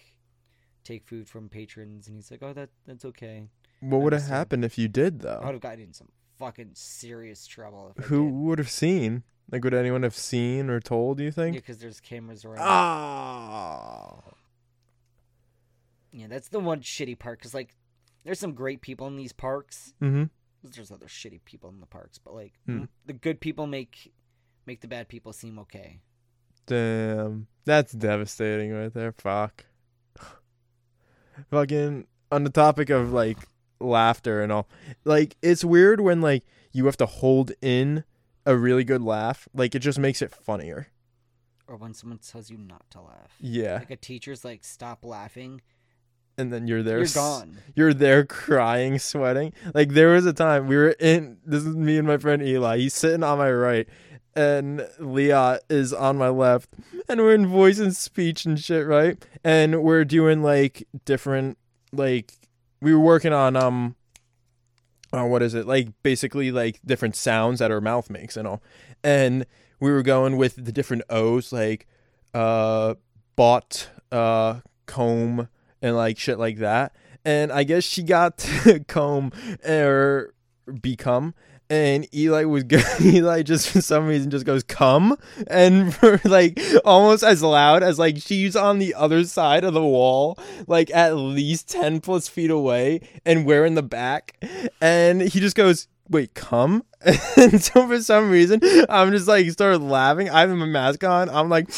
take food from patrons and he's like, "Oh, that that's okay."
What would have
Understood.
happened if you did
I would
though?
have gotten in some fucking serious trouble. If I
Who
did.
would have seen? Like would anyone have seen or told, you think?
because there's cameras around.
Ah.
Yeah, that's the one shitty part. Cause like, there's some great people in these parks.
Mhm.
There's other shitty people in the parks, but like,
Hmm.
the good people make make the bad people seem okay.
Damn. That's devastating right there. Fuck. *sighs* Fucking on the topic of like laughter and all. Like it's weird when like you have to hold in a really good laugh. Like it just makes it funnier.
Or when someone tells you not to laugh,
Yeah.
like a teacher's like, stop laughing.
And then you're there
You're
s-
gone.
you're there crying, sweating. Like there was a time we were in. This is me and my friend Eli. He's sitting on my right, and Leah is on my left, and we're in voice and speech and shit, right? And we're doing like different, like we were working on um, on what is it? Like basically like different sounds that our mouth makes and all, and we were going with the different O's like, uh, bought, uh, comb, and like shit like that and I guess she got *laughs* to comb or become. And Eli was good. *laughs* Eli just for some reason just goes come and *laughs* for like almost as loud as like she's on the other side of the wall, like at least ten plus feet away, and we're in the back. And he just goes, "Wait, come!" *laughs* And so for some reason, I'm just like started laughing. I have my mask on. I'm like,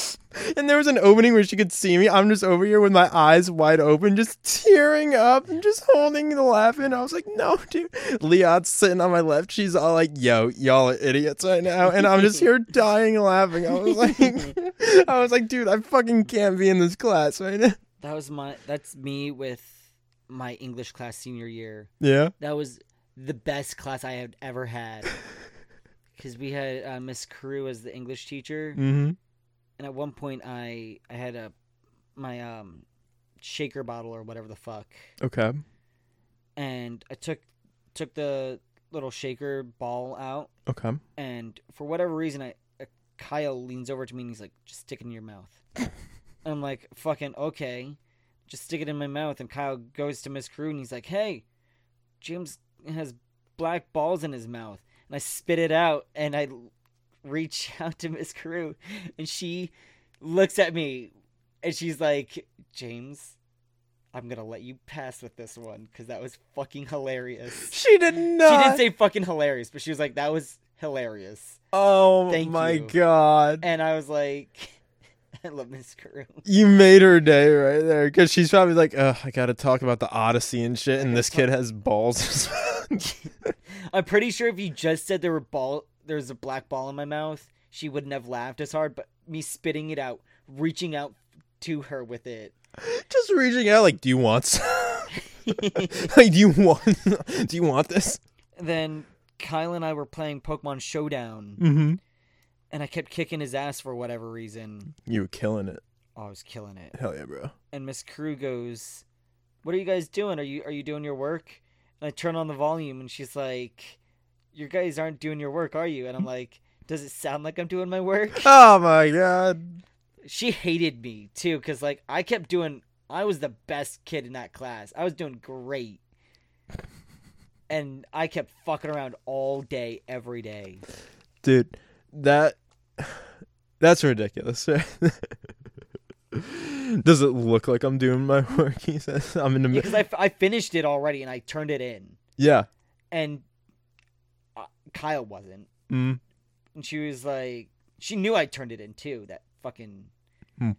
and there was an opening where she could see me. I'm just over here with my eyes wide open, just tearing up and just holding the laugh in. I was like, no, dude. Leon's sitting on my left. She's all like, yo, y'all are idiots right now. And I'm just here dying laughing. I was like, *laughs* I was like, dude, I fucking can't be in this class right now. *laughs*
That was my. That's me with my English class senior year.
Yeah.
That was the best class I had
*laughs*
ever had. Cause we had uh, Miss Carew as the English teacher.
Mm-hmm.
and at one point I I had a my um shaker bottle or whatever the fuck,
Okay.
and I took took the little shaker ball out,
Okay.
and for whatever reason I uh, Kyle leans over to me and he's like, "Just stick it in your mouth." I'm like, "Fucking okay." Just stick it in my mouth, and Kyle goes to Miss Crew and he's like, "Hey, James has black balls in his mouth," and I spit it out, and I l- reach *laughs* out to Miss Crew, and she looks at me, and she's like, "James, I'm gonna let you pass with this one because that was fucking hilarious.
She did not.
She
*laughs*
didn't say fucking hilarious, but she was like, that was hilarious.
Oh
Thank
my
you.
god.
And I was like, *laughs* I love Miss Carew.
you made her day right there because she's probably like, Ugh, I gotta talk about the Odyssey and shit, and this kid has balls. *laughs*
I'm pretty sure if you just said there were ball, there was a black ball in my mouth, she wouldn't have laughed as hard. But me spitting it out, reaching out to her with it,
Just reaching out, like, do you want? some?" *laughs* like, do you want? do you want this?
then Kyle and I were playing Pokemon Showdown,
Mm-hmm.
and I kept kicking his ass for whatever reason.
You were killing it.
Oh, I was killing it.
Hell yeah, bro.
And Miss Crew goes, "What are you guys doing? Are you are you doing your work?" And I turn on the volume, and she's like, "Your guys aren't doing your work, are you?" And I'm like, "Does it sound like I'm doing my work?"
Oh my god.
she hated me too because like i kept doing i was the best kid in that class i was doing great and i kept fucking around all day every day
dude that that's ridiculous *laughs* right? does it look like i'm doing my work he says i'm in the mi-
because I, I finished it already and i turned it in
yeah
and uh, kyle wasn't
mm.
and she was like she knew i turned it in too that fucking
Hmm.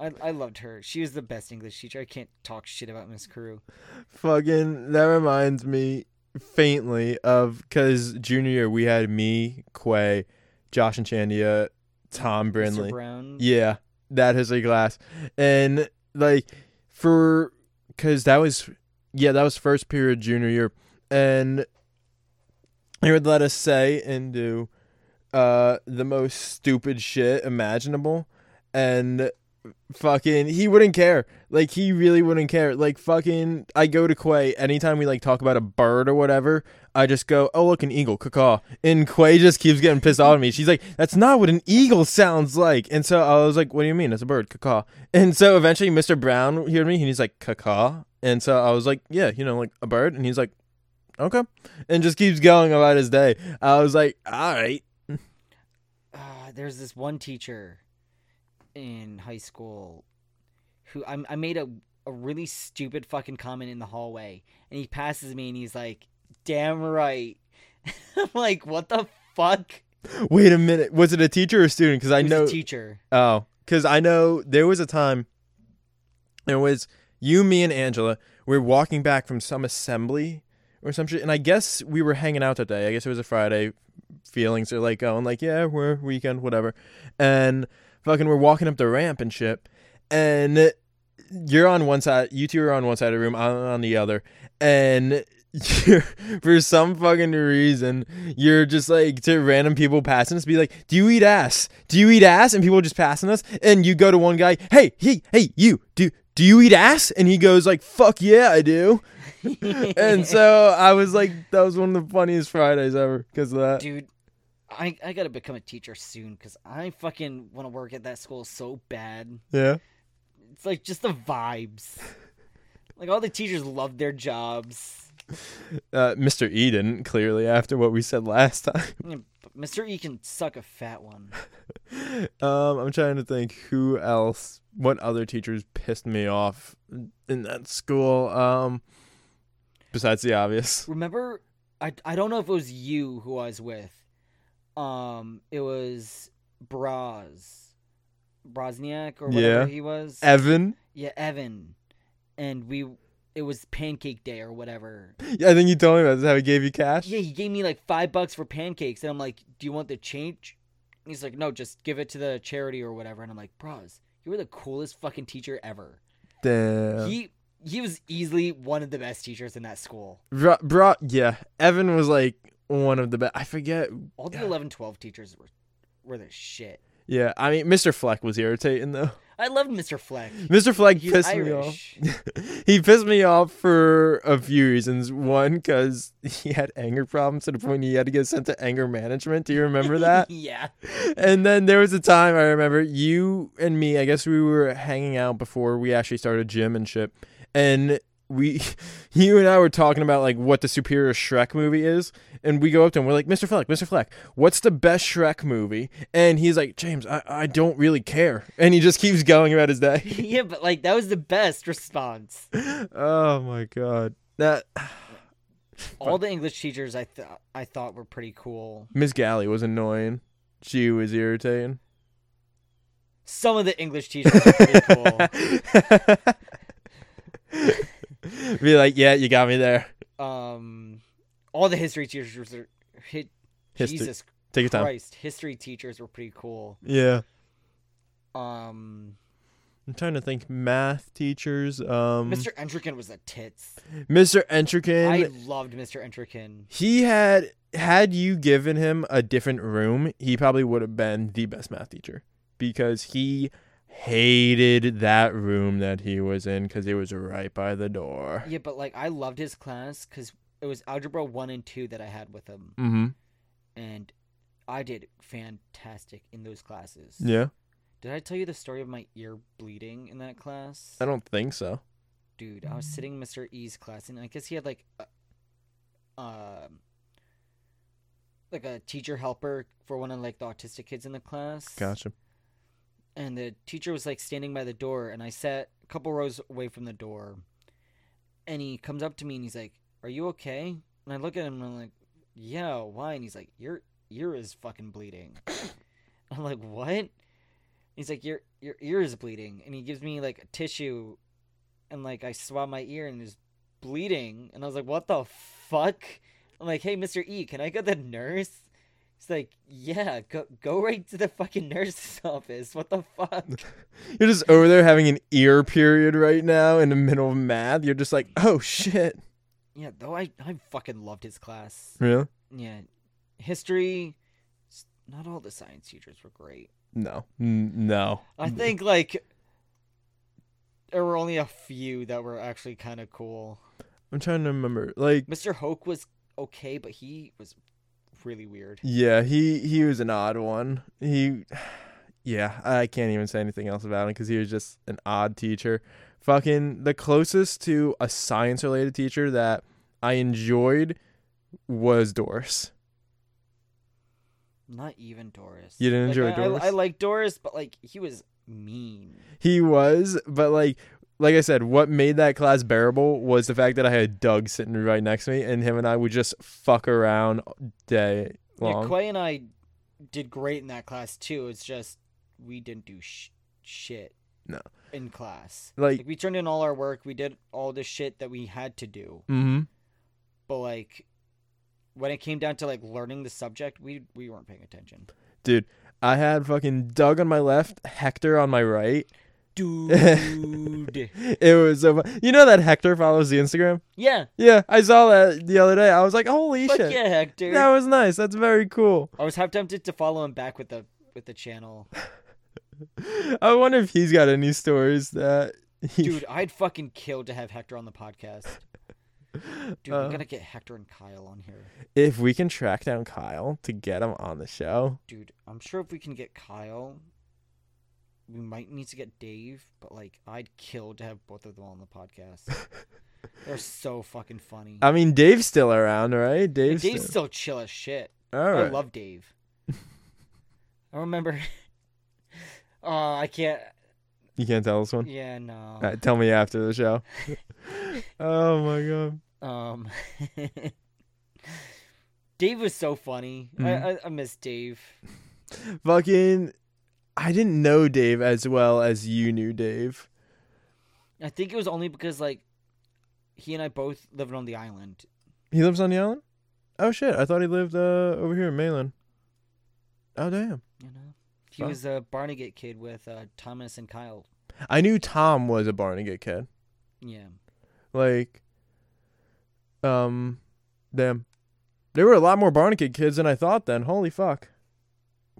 I, I loved her she was the best english teacher i can't talk shit about miss crew
fucking that reminds me faintly of because junior year we had me quay josh and chandia tom
Mr.
brindley
brown
Yeah, that history class, and like for because that was yeah that was first period junior year, and they would let us say and do uh the most stupid shit imaginable, and fucking he wouldn't care like he really wouldn't care like fucking i go to quay anytime we like talk about a bird or whatever i just go oh look an eagle caw and quay just keeps getting pissed off at me she's like that's not what an eagle sounds like and so i was like what do you mean it's a bird caw and so eventually mr brown heard me and he's like caw and so i was like yeah you know like a bird and he's like okay and just keeps going about his day i was like all right
uh, there's this one teacher in high school who I, I made a, a really stupid fucking comment in the hallway and he passes me and he's like damn right *laughs* i'm like what the fuck
wait a minute was it a teacher or student because i
He was
know
a teacher
*laughs*
*laughs*
Oh, because I know there was a time. It was you, me, and Angela. We were walking back from some assembly or some shit, and I guess we were hanging out that day. I guess it was a Friday. Feelings are like going like, yeah, we're weekend, whatever, and fucking we're walking up the ramp and shit, and you're on one side, you two are on one side of the room, I'm on the other, and you're, for some fucking reason, you're just like to random people passing us, be like, "Do you eat ass? Do you eat ass?" And people are just passing us, and you go to one guy, "Hey, hey, hey, you do do you eat ass?" And he goes like, "Fuck yeah, I do." and so I was like, that was one of the funniest Fridays ever because of that.
dude I, I gotta become a teacher soon because i fucking want to work at that school so bad
Yeah,
it's like just the vibes like all the teachers love their jobs
uh, Mr. Eden clearly after what we said last time. *laughs*
Mm, but mr e can suck a fat one
Um, I'm trying to think who else, what other teachers pissed me off in that school. Um, besides the obvious.
remember I, I don't know if it was you who I was with. Um it was Braz Brozniak or whatever
Yeah.
he was.
Evan.
yeah, Evan. And we it was pancake day or whatever.
Yeah, I think you told me about this. How he gave you cash.
Yeah, he gave me like 5 bucks for pancakes and I'm like, "Do you want the change?" And he's like, "No, just give it to the charity or whatever." And I'm like, "Braz, you were the coolest fucking teacher ever."
Damn.
He he was easily one of the best teachers in that school.
Bro- bro- yeah. Evan was like one of the best. I forget.
All the
Yeah.
eleven twelve teachers were were the shit.
Yeah, I mean, Mr. Fleck was irritating though. *laughs*
I loved Mr. Fleck.
Mr. Fleck
He's
pissed me off. *laughs*
Irish. *laughs*
he pissed me off for a few reasons. One, because *laughs* he had anger problems to the point he had to get sent to anger management. Do you remember that?
yeah.
and then there was a time I remember you and me. I guess we were hanging out before we actually started gym and shit. And we *laughs* you and I were talking about like what the superior Shrek movie is, and we go up to him, we're like, Mr. Fleck, Mr. Fleck, what's the best Shrek movie? And he's like, James, I, I don't really care. And he just keeps going about his day. *laughs*
yeah, but like that was the best response.
oh my god. That *sighs*
All the English teachers I th- I thought were pretty cool.
Miss Galley was annoying. She was irritating.
Some of the English teachers were pretty cool.
*laughs* Be like, yeah, you got me there.
Um, all the history teachers were hit.
History.
Jesus
Take your time.
Christ, history teachers were pretty cool.
Yeah.
Um,
I'm trying to think. Math teachers. Um,
Mr. Entrican was a tits.
Mr.
I
Entrican.
loved Mr. Entrican.
He had had you given him a different room, he probably would have been the best math teacher because he hated that room that he was in because it was right by the door.
Yeah, but like I loved his class because it was algebra one and two that I had with him,
Mm-hmm.
and I did fantastic in those classes.
Yeah.
Did I tell you the story of my ear bleeding in that class?
I don't think so.
Dude, I was sitting in Mr. E's class, and I guess he had like, a, um, like a teacher helper for one of like the autistic kids in the class.
Gotcha.
and the teacher was like standing by the door and i sat a couple rows away from the door and he comes up to me and he's like are you okay and i look at him and i'm like yeah why and he's like your ear is fucking bleeding *laughs* i'm like what he's like your your ear is bleeding and he gives me like a tissue and like i swab my ear and it's bleeding and i was like what the fuck i'm like hey mr e can i go to the nurse He's like, yeah, go go right to the fucking nurse's *laughs* office. What the
*laughs*
fuck?
You're just over there having an ear period right now in the middle of math. You're just like, oh shit.
yeah, though I I fucking loved his class.
Really?
Yeah, history. s- Not all the science teachers were great.
No. N- no.
I think like there were only a few that were actually kind of cool.
I'm trying to remember. Like,
Mr. Hoke was okay, but he was really weird.
yeah, he he was an odd one. He, *sighs* yeah, I can't even say anything else about him because he was just an odd teacher. Fucking the closest to a science related teacher that I enjoyed was Doris.
Not even Doris.
You didn't
Like,
enjoy
I, I-
Doris?
I, like Doris, but like he was mean.
He was, but like like I said, what made that class bearable was the fact that I had Doug sitting right next to me, and him and I would just fuck around day
Yeah,
long.
Quay and I did great in that class too. It's just we didn't do sh- shit.
No.
In class,
like,
like we turned in all our work. We did all the shit that we had to do.
mm-hmm.
But like, when it came down to like learning the subject, we we weren't paying attention.
I had fucking Doug on my left, Hector on my right.
Dude.
It was so fu- you know that Hector follows the Instagram.
*laughs*
*laughs*
yeah.
Yeah, I saw that the other day. I was like, holy
Fuck
shit,
yeah, Hector.
that was nice. That's very cool.
I was half tempted to follow him back with the with
*laughs*
the channel.
I wonder if he's got any stories that he.
Dude, I'd fucking kill to have Hector on
*laughs*
the podcast. Dude,
Uh.
we gotta get Hector and Kyle on here.
*laughs* If we can track down Kyle to get him on the show,
dude, I'm sure if we can get Kyle, we might need to get Dave, but like I'd kill to have both of them on the podcast. They're so fucking funny.
I mean, Dave's still around, right?
And
Dave's,
Dave's
still,
still chill as shit.
all
I
right.
love Dave. I remember. *laughs* Oh, I can't.
you can't tell this one.
Yeah, no.
All right, tell me after the
*laughs*
show. oh my god.
Um, *laughs* Dave was so funny. I, I, I miss Dave.
Fucking I didn't know Dave as well as you knew Dave.
I think it was only because like he and I both lived on the island,
He lives on the island? Oh shit, I thought he lived uh over here in Mainland. Oh damn.
You know, he
Fun.
was a Barnegat kid with uh, Thomas and Kyle.
I knew Tom was a Barnegat kid.
Yeah,
Like um damn. There were a lot more Barnegat kids than I thought then. Holy fuck.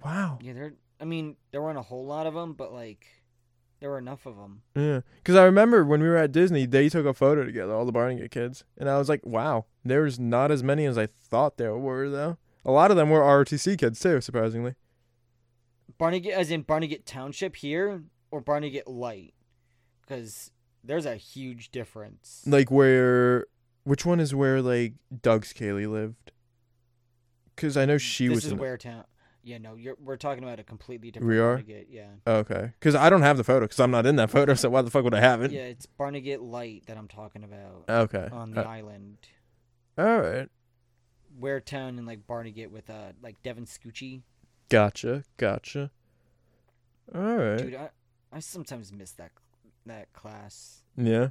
Wow.
yeah. There, I mean, there weren't a whole lot of them, but like, there were enough of them.
Yeah, because I remember when we were at Disney, they took a photo together, all the Barnegat kids, and I was like, "Wow, there's not as many as I thought there were, though. A lot of them were ROTC kids too, surprisingly."
Barnegat, as in Barnegat Township here, or Barnegat Light, because There's a huge difference.
Like where? Which one is where like Doug's Kaylee lived? Because I know she
Mm, this
was.
is
in the-
where town. Yeah, no, you're we're talking about a completely different.
We are?
Barnegat, yeah,
Oh, okay. Because I don't have the photo. Because I'm not in that photo. So why the fuck would I have it?
yeah, it's Barnegat Light that I'm talking about
Okay.
on the
Uh,
island.
all right.
Ware Town and like Barnegat with uh like Devin Scoochie.
Gotcha. Gotcha. All right.
Dude, I, I sometimes miss that that class.
Yeah.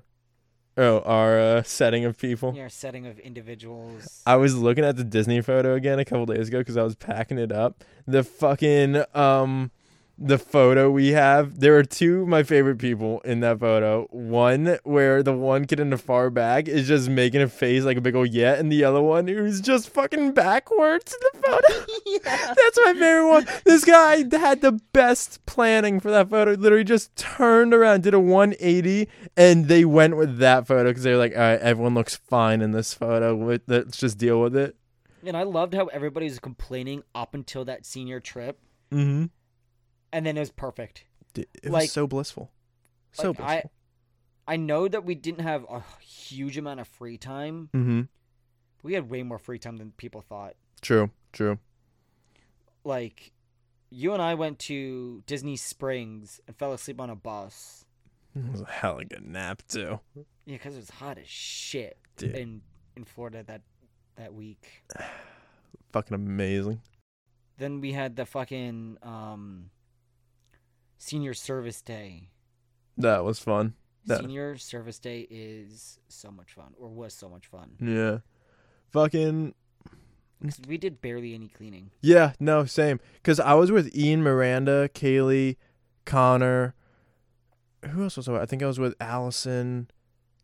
Oh, our uh, setting of people.
Yeah, setting of individuals.
I was looking at the Disney photo again a couple days ago because I was packing it up. The fucking um, the photo we have. There are two of my favorite people in that photo. One where the one kid in the far back is just making a face like a big old yeah, and the other one who's just fucking backwards in the photo. *laughs*
yeah.
That's my favorite one. This guy had the best planning for that photo. Literally just turned around, did a 180, and they went with that photo because they were like, all right, everyone looks fine in this photo. Let- Let's just deal with it.
And I loved how everybody was complaining up until that senior trip,
Mm-hmm.
and then it was perfect.
It was
Like-
so blissful. So
like, I,
blissful.
I know that we didn't have a huge amount of free time.
mm-hmm.
We had way more free time than people thought.
True, true.
Like, you and I went to Disney Springs and fell asleep on a bus.
It was a hell of a good nap, too.
Yeah, because it was hot as shit
Dude.
in in Florida that that week.
Fucking amazing.
Then we had the fucking um, senior service day.
That was fun. That-
Senior service day is so much fun, or was so much fun.
Yeah. Fucking
'Cause We did barely any cleaning.
Yeah, no, same. Because I was with Ian, Miranda, Kaylee, Connor. Who else was I? With? I think I was with Allison.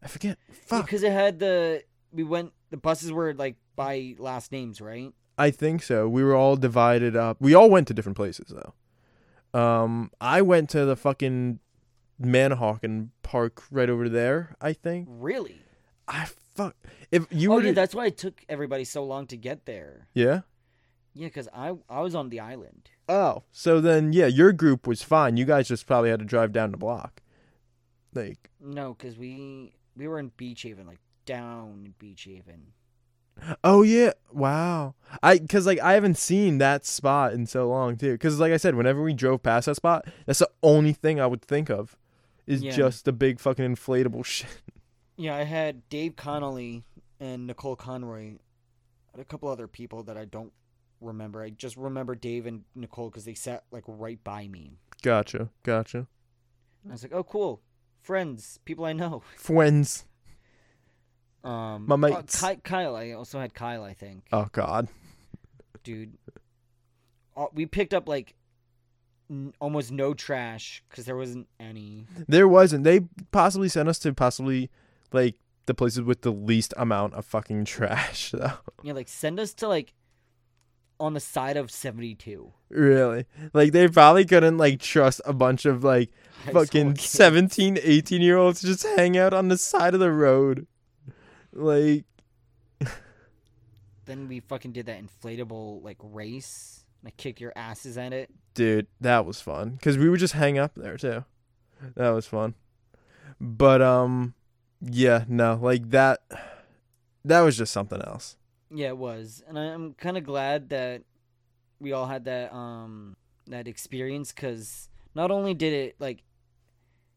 I forget. Fuck.
Because it had the we went the buses were like by last names, right?
I think so. We were all divided up. We all went to different places though. Um, I went to the fucking Manahawkin Park right over there. I think
Really?
I fuck. If you
oh
were
yeah,
to,
that's why it took everybody so long to get there.
yeah.
Yeah, because I I was on the island.
Oh, so then yeah, your group was fine. You guys just probably had to drive down the block. Like
No, because we we were in Beach Haven, like down in Beach Haven.
Oh yeah! Wow. I because like I haven't seen that spot in so long too. Because like I said, whenever we drove past that spot, that's the only thing I would think of is
Yeah.
just the big fucking inflatable *laughs* shit.
Yeah, I had Dave Connolly and Nicole Conroy, and a couple other people that I don't remember. I just remember Dave and Nicole because they sat like right by me.
Gotcha, gotcha.
And I was like, oh cool, friends, people I know. *laughs*
Friends.
Um,
My
uh,
mates.
Ky- Kyle. I also had Kyle. I think,
Oh God.
dude. Uh, we picked up like n- almost no trash because there wasn't any.
There wasn't. They possibly sent us to possibly like the places with the least amount of fucking *laughs* trash though.
Yeah, like send us to like on the side of seventy *laughs* two.
Really? Like they probably couldn't like trust a bunch of like fucking 17, 18 year olds to just hang out on the side of the road. Like
Then we fucking did that inflatable like race. And I kicked your asses at it.
dude, that was fun because we would just hang up there too. That was fun, but um, yeah, no, like that, that was just something else.
Yeah, it was, and I- I'm kind of glad that we all had that um that experience because not only did it like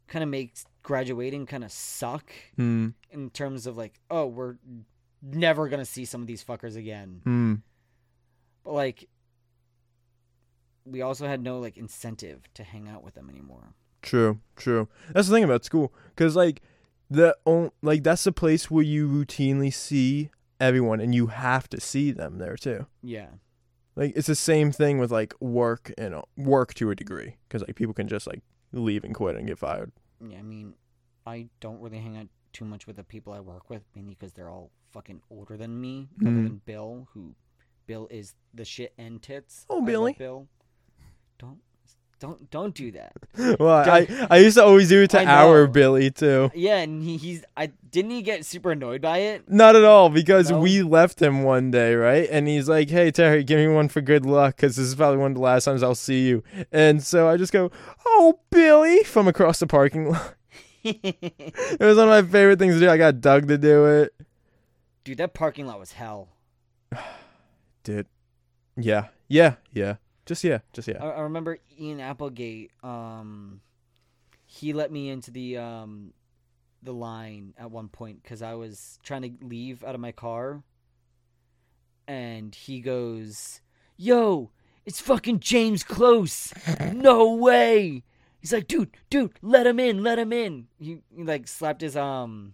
kind of make graduating kind of suck
Hmm.
in terms of like oh we're never gonna see some of these fuckers again,
Hmm.
but like we also had no like incentive to hang out with them anymore.
True, true. That's the thing about school, cause like the on, like that's the place where you routinely see everyone, and you have to see them there too.
Yeah,
Like it's the same thing with like work and uh, work to a degree, cause like people can just like leave and quit and get fired. *laughs*
yeah. I mean, I don't really hang out too much with the people I work with, mainly because they're all fucking older than me, other
Mhm.
than Bill, who Bill is the shit and tits.
Oh,
I love
Billy.
Bill, don't, don't, don't do that.
Well, I I used to always do it
I
to
know.
our Billy too.
yeah, and he, he's I didn't he get super annoyed by it. *laughs*
Not at all, because
No?
we left him one day, right? And he's like, "Hey Terry, give me one for good luck, because this is probably one of the last times I'll see you." And so I just go, "Oh Billy," from across the parking lot. It was one of my favorite things to do. I got Doug to do it.
Dude, that parking lot was hell.
Dude. Yeah. Yeah. Yeah. Just yeah. Just yeah.
I, I remember Ian Applegate. Um, he let me into the um, the line at one point because I was trying to leave out of my car, and he goes, "Yo, it's fucking James Close. No way." He's like, "Dude, dude, let him in, let him in." He, he like slapped his um.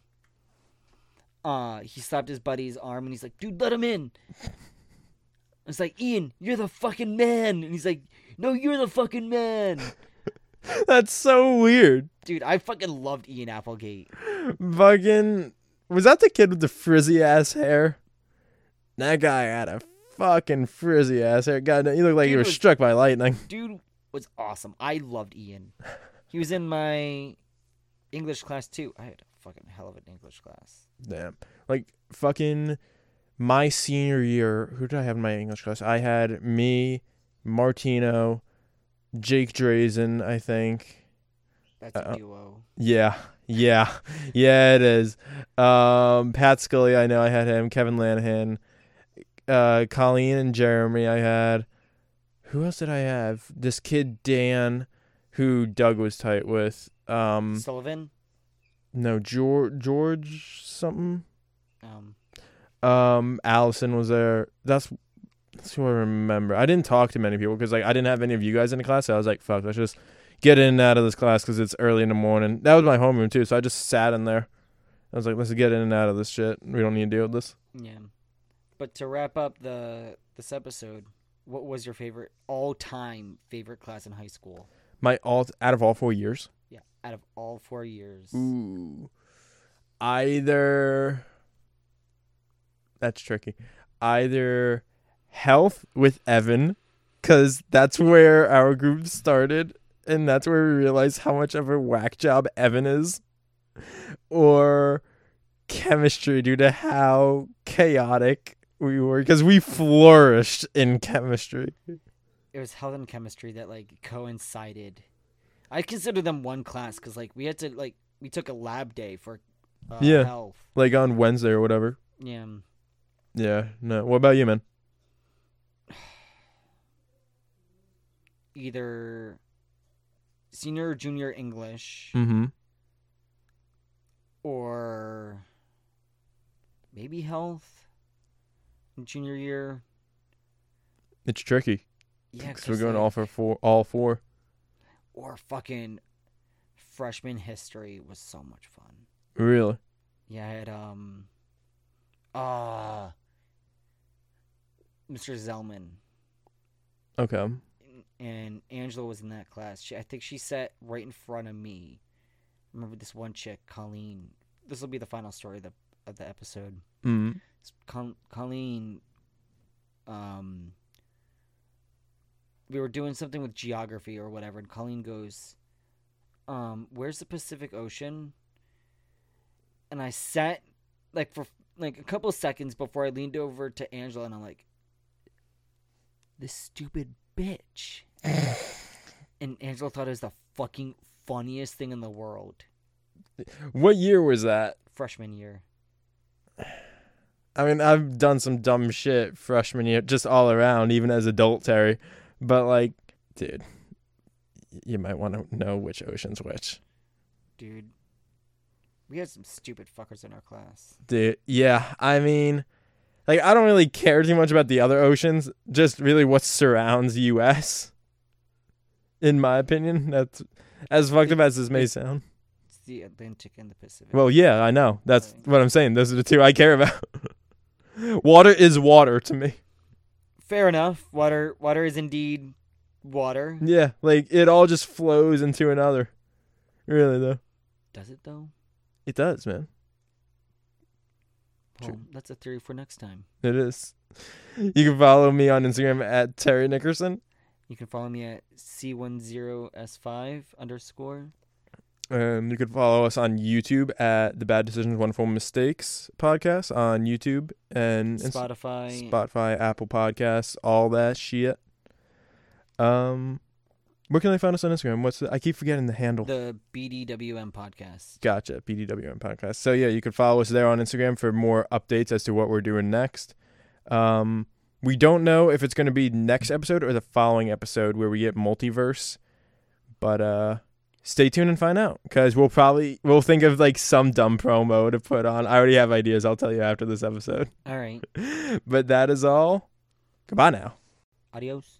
Uh, he slapped his buddy's arm and he's like, "Dude, let him in." I was like, Ian, you're the fucking man. And he's like, no, you're the fucking man.
That's so weird.
Dude, I fucking loved Ian Applegate.
Fucking was that the kid with the frizzy ass hair? That guy had a fucking frizzy ass hair. God, he looked like he
Dude,
was
it was-
struck by lightning.
Dude was awesome. I loved Ian. He was in my English class too. I had a fucking hell of an English class.
Damn. Like fucking my senior year, who did I have in my English class? I had me, Martino, Jake Drazen, I think.
That's a
Uh,
duo.
Yeah. Yeah. Yeah, it is. Um Pat Scully, I know I had him, Kevin Lanahan, uh Colleen and Jeremy I had. Who else did I have? This kid Dan who Doug was tight with. Um
Sullivan.
no, George George something.
Um,
Um, Allison was there. That's that's who I remember. I didn't talk to many people because like I didn't have any of you guys in the class. So I was like, fuck, let's just get in and out of this class because it's early in the morning. That was my homeroom too, so I just sat in there. I was like, let's get in and out of this shit. We don't need to deal with this.
yeah. But to wrap up the this episode, what was your favorite all time favorite class in high school?
My all out of all four years.
Yeah, out of all four years.
Ooh, either that's tricky. Either health with Evan, because that's where our group started, and that's where we realized how much of a whack job Evan is, or chemistry due to how chaotic we were, because we flourished in chemistry.
it was health and chemistry that like coincided. I consider them one class because like we had to like we took a lab day for uh,
Yeah.
health.
Like on Wednesday or whatever.
Yeah, um,
Yeah. No. What about you, man?
either senior or junior English
Mm-hmm.
or maybe health in junior year.
It's tricky.
Yeah,
so we're
'cause,
going
like-
all for four, all four.
or fucking freshman history was so much fun.
Really?
Yeah, I had um uh Mr. Zellman
Okay.
and Angela was in that class. She, I think she sat right in front of me. Remember this one chick, Colleen. This will be the final story of the, of the episode.
Mm.
S- Col- Colleen um we were doing something with geography or whatever and Colleen goes um where's the Pacific Ocean? And I sat like for like a couple seconds before I leaned over to Angela and I'm like this stupid bitch. and Angela thought it was the fucking funniest thing in the world.
What year was that?
Freshman year.
I mean, I've done some dumb shit freshman year, just all around, even as adult Terry. But like, dude, y- you might want to know which ocean's which.
dude. We had some stupid fuckers in our class.
Dude, yeah. I mean, like, I don't really care too much about the other oceans. Just really what surrounds U.S. In my opinion, that's as fucked up as this may sound.
It's the Atlantic and the Pacific.
Well, yeah, I know. That's
Right.
what I'm saying. Those are the two I care about. *laughs* water is water to me.
fair enough. Water, water is indeed water.
Yeah, like it all just flows into another. Really though.
Does it though?
It does, man.
Well,
True.
that's a theory for next time.
It is. You can follow me on Instagram at Terry Nickerson.
You can follow me at c10s5 underscore.
And Um, you can follow us on YouTube at the Bad Decisions Wonderful Mistakes podcast on YouTube and Inst-
Spotify.
Spotify, Apple Podcasts, all that shit. Um Where can they find us on Instagram? What's the, I keep forgetting the handle.
The BDWM podcast.
Gotcha. BDWM podcast. So yeah, you can follow us there on Instagram for more updates as to what we're doing next. Um, we don't know if it's going to be next episode or the following episode where we get multiverse, but uh, stay tuned and find out because we'll probably we'll think of like some dumb promo to put on. I already have ideas. I'll tell you after this episode. *laughs*
All right.
But that is all. Goodbye now.
Adios.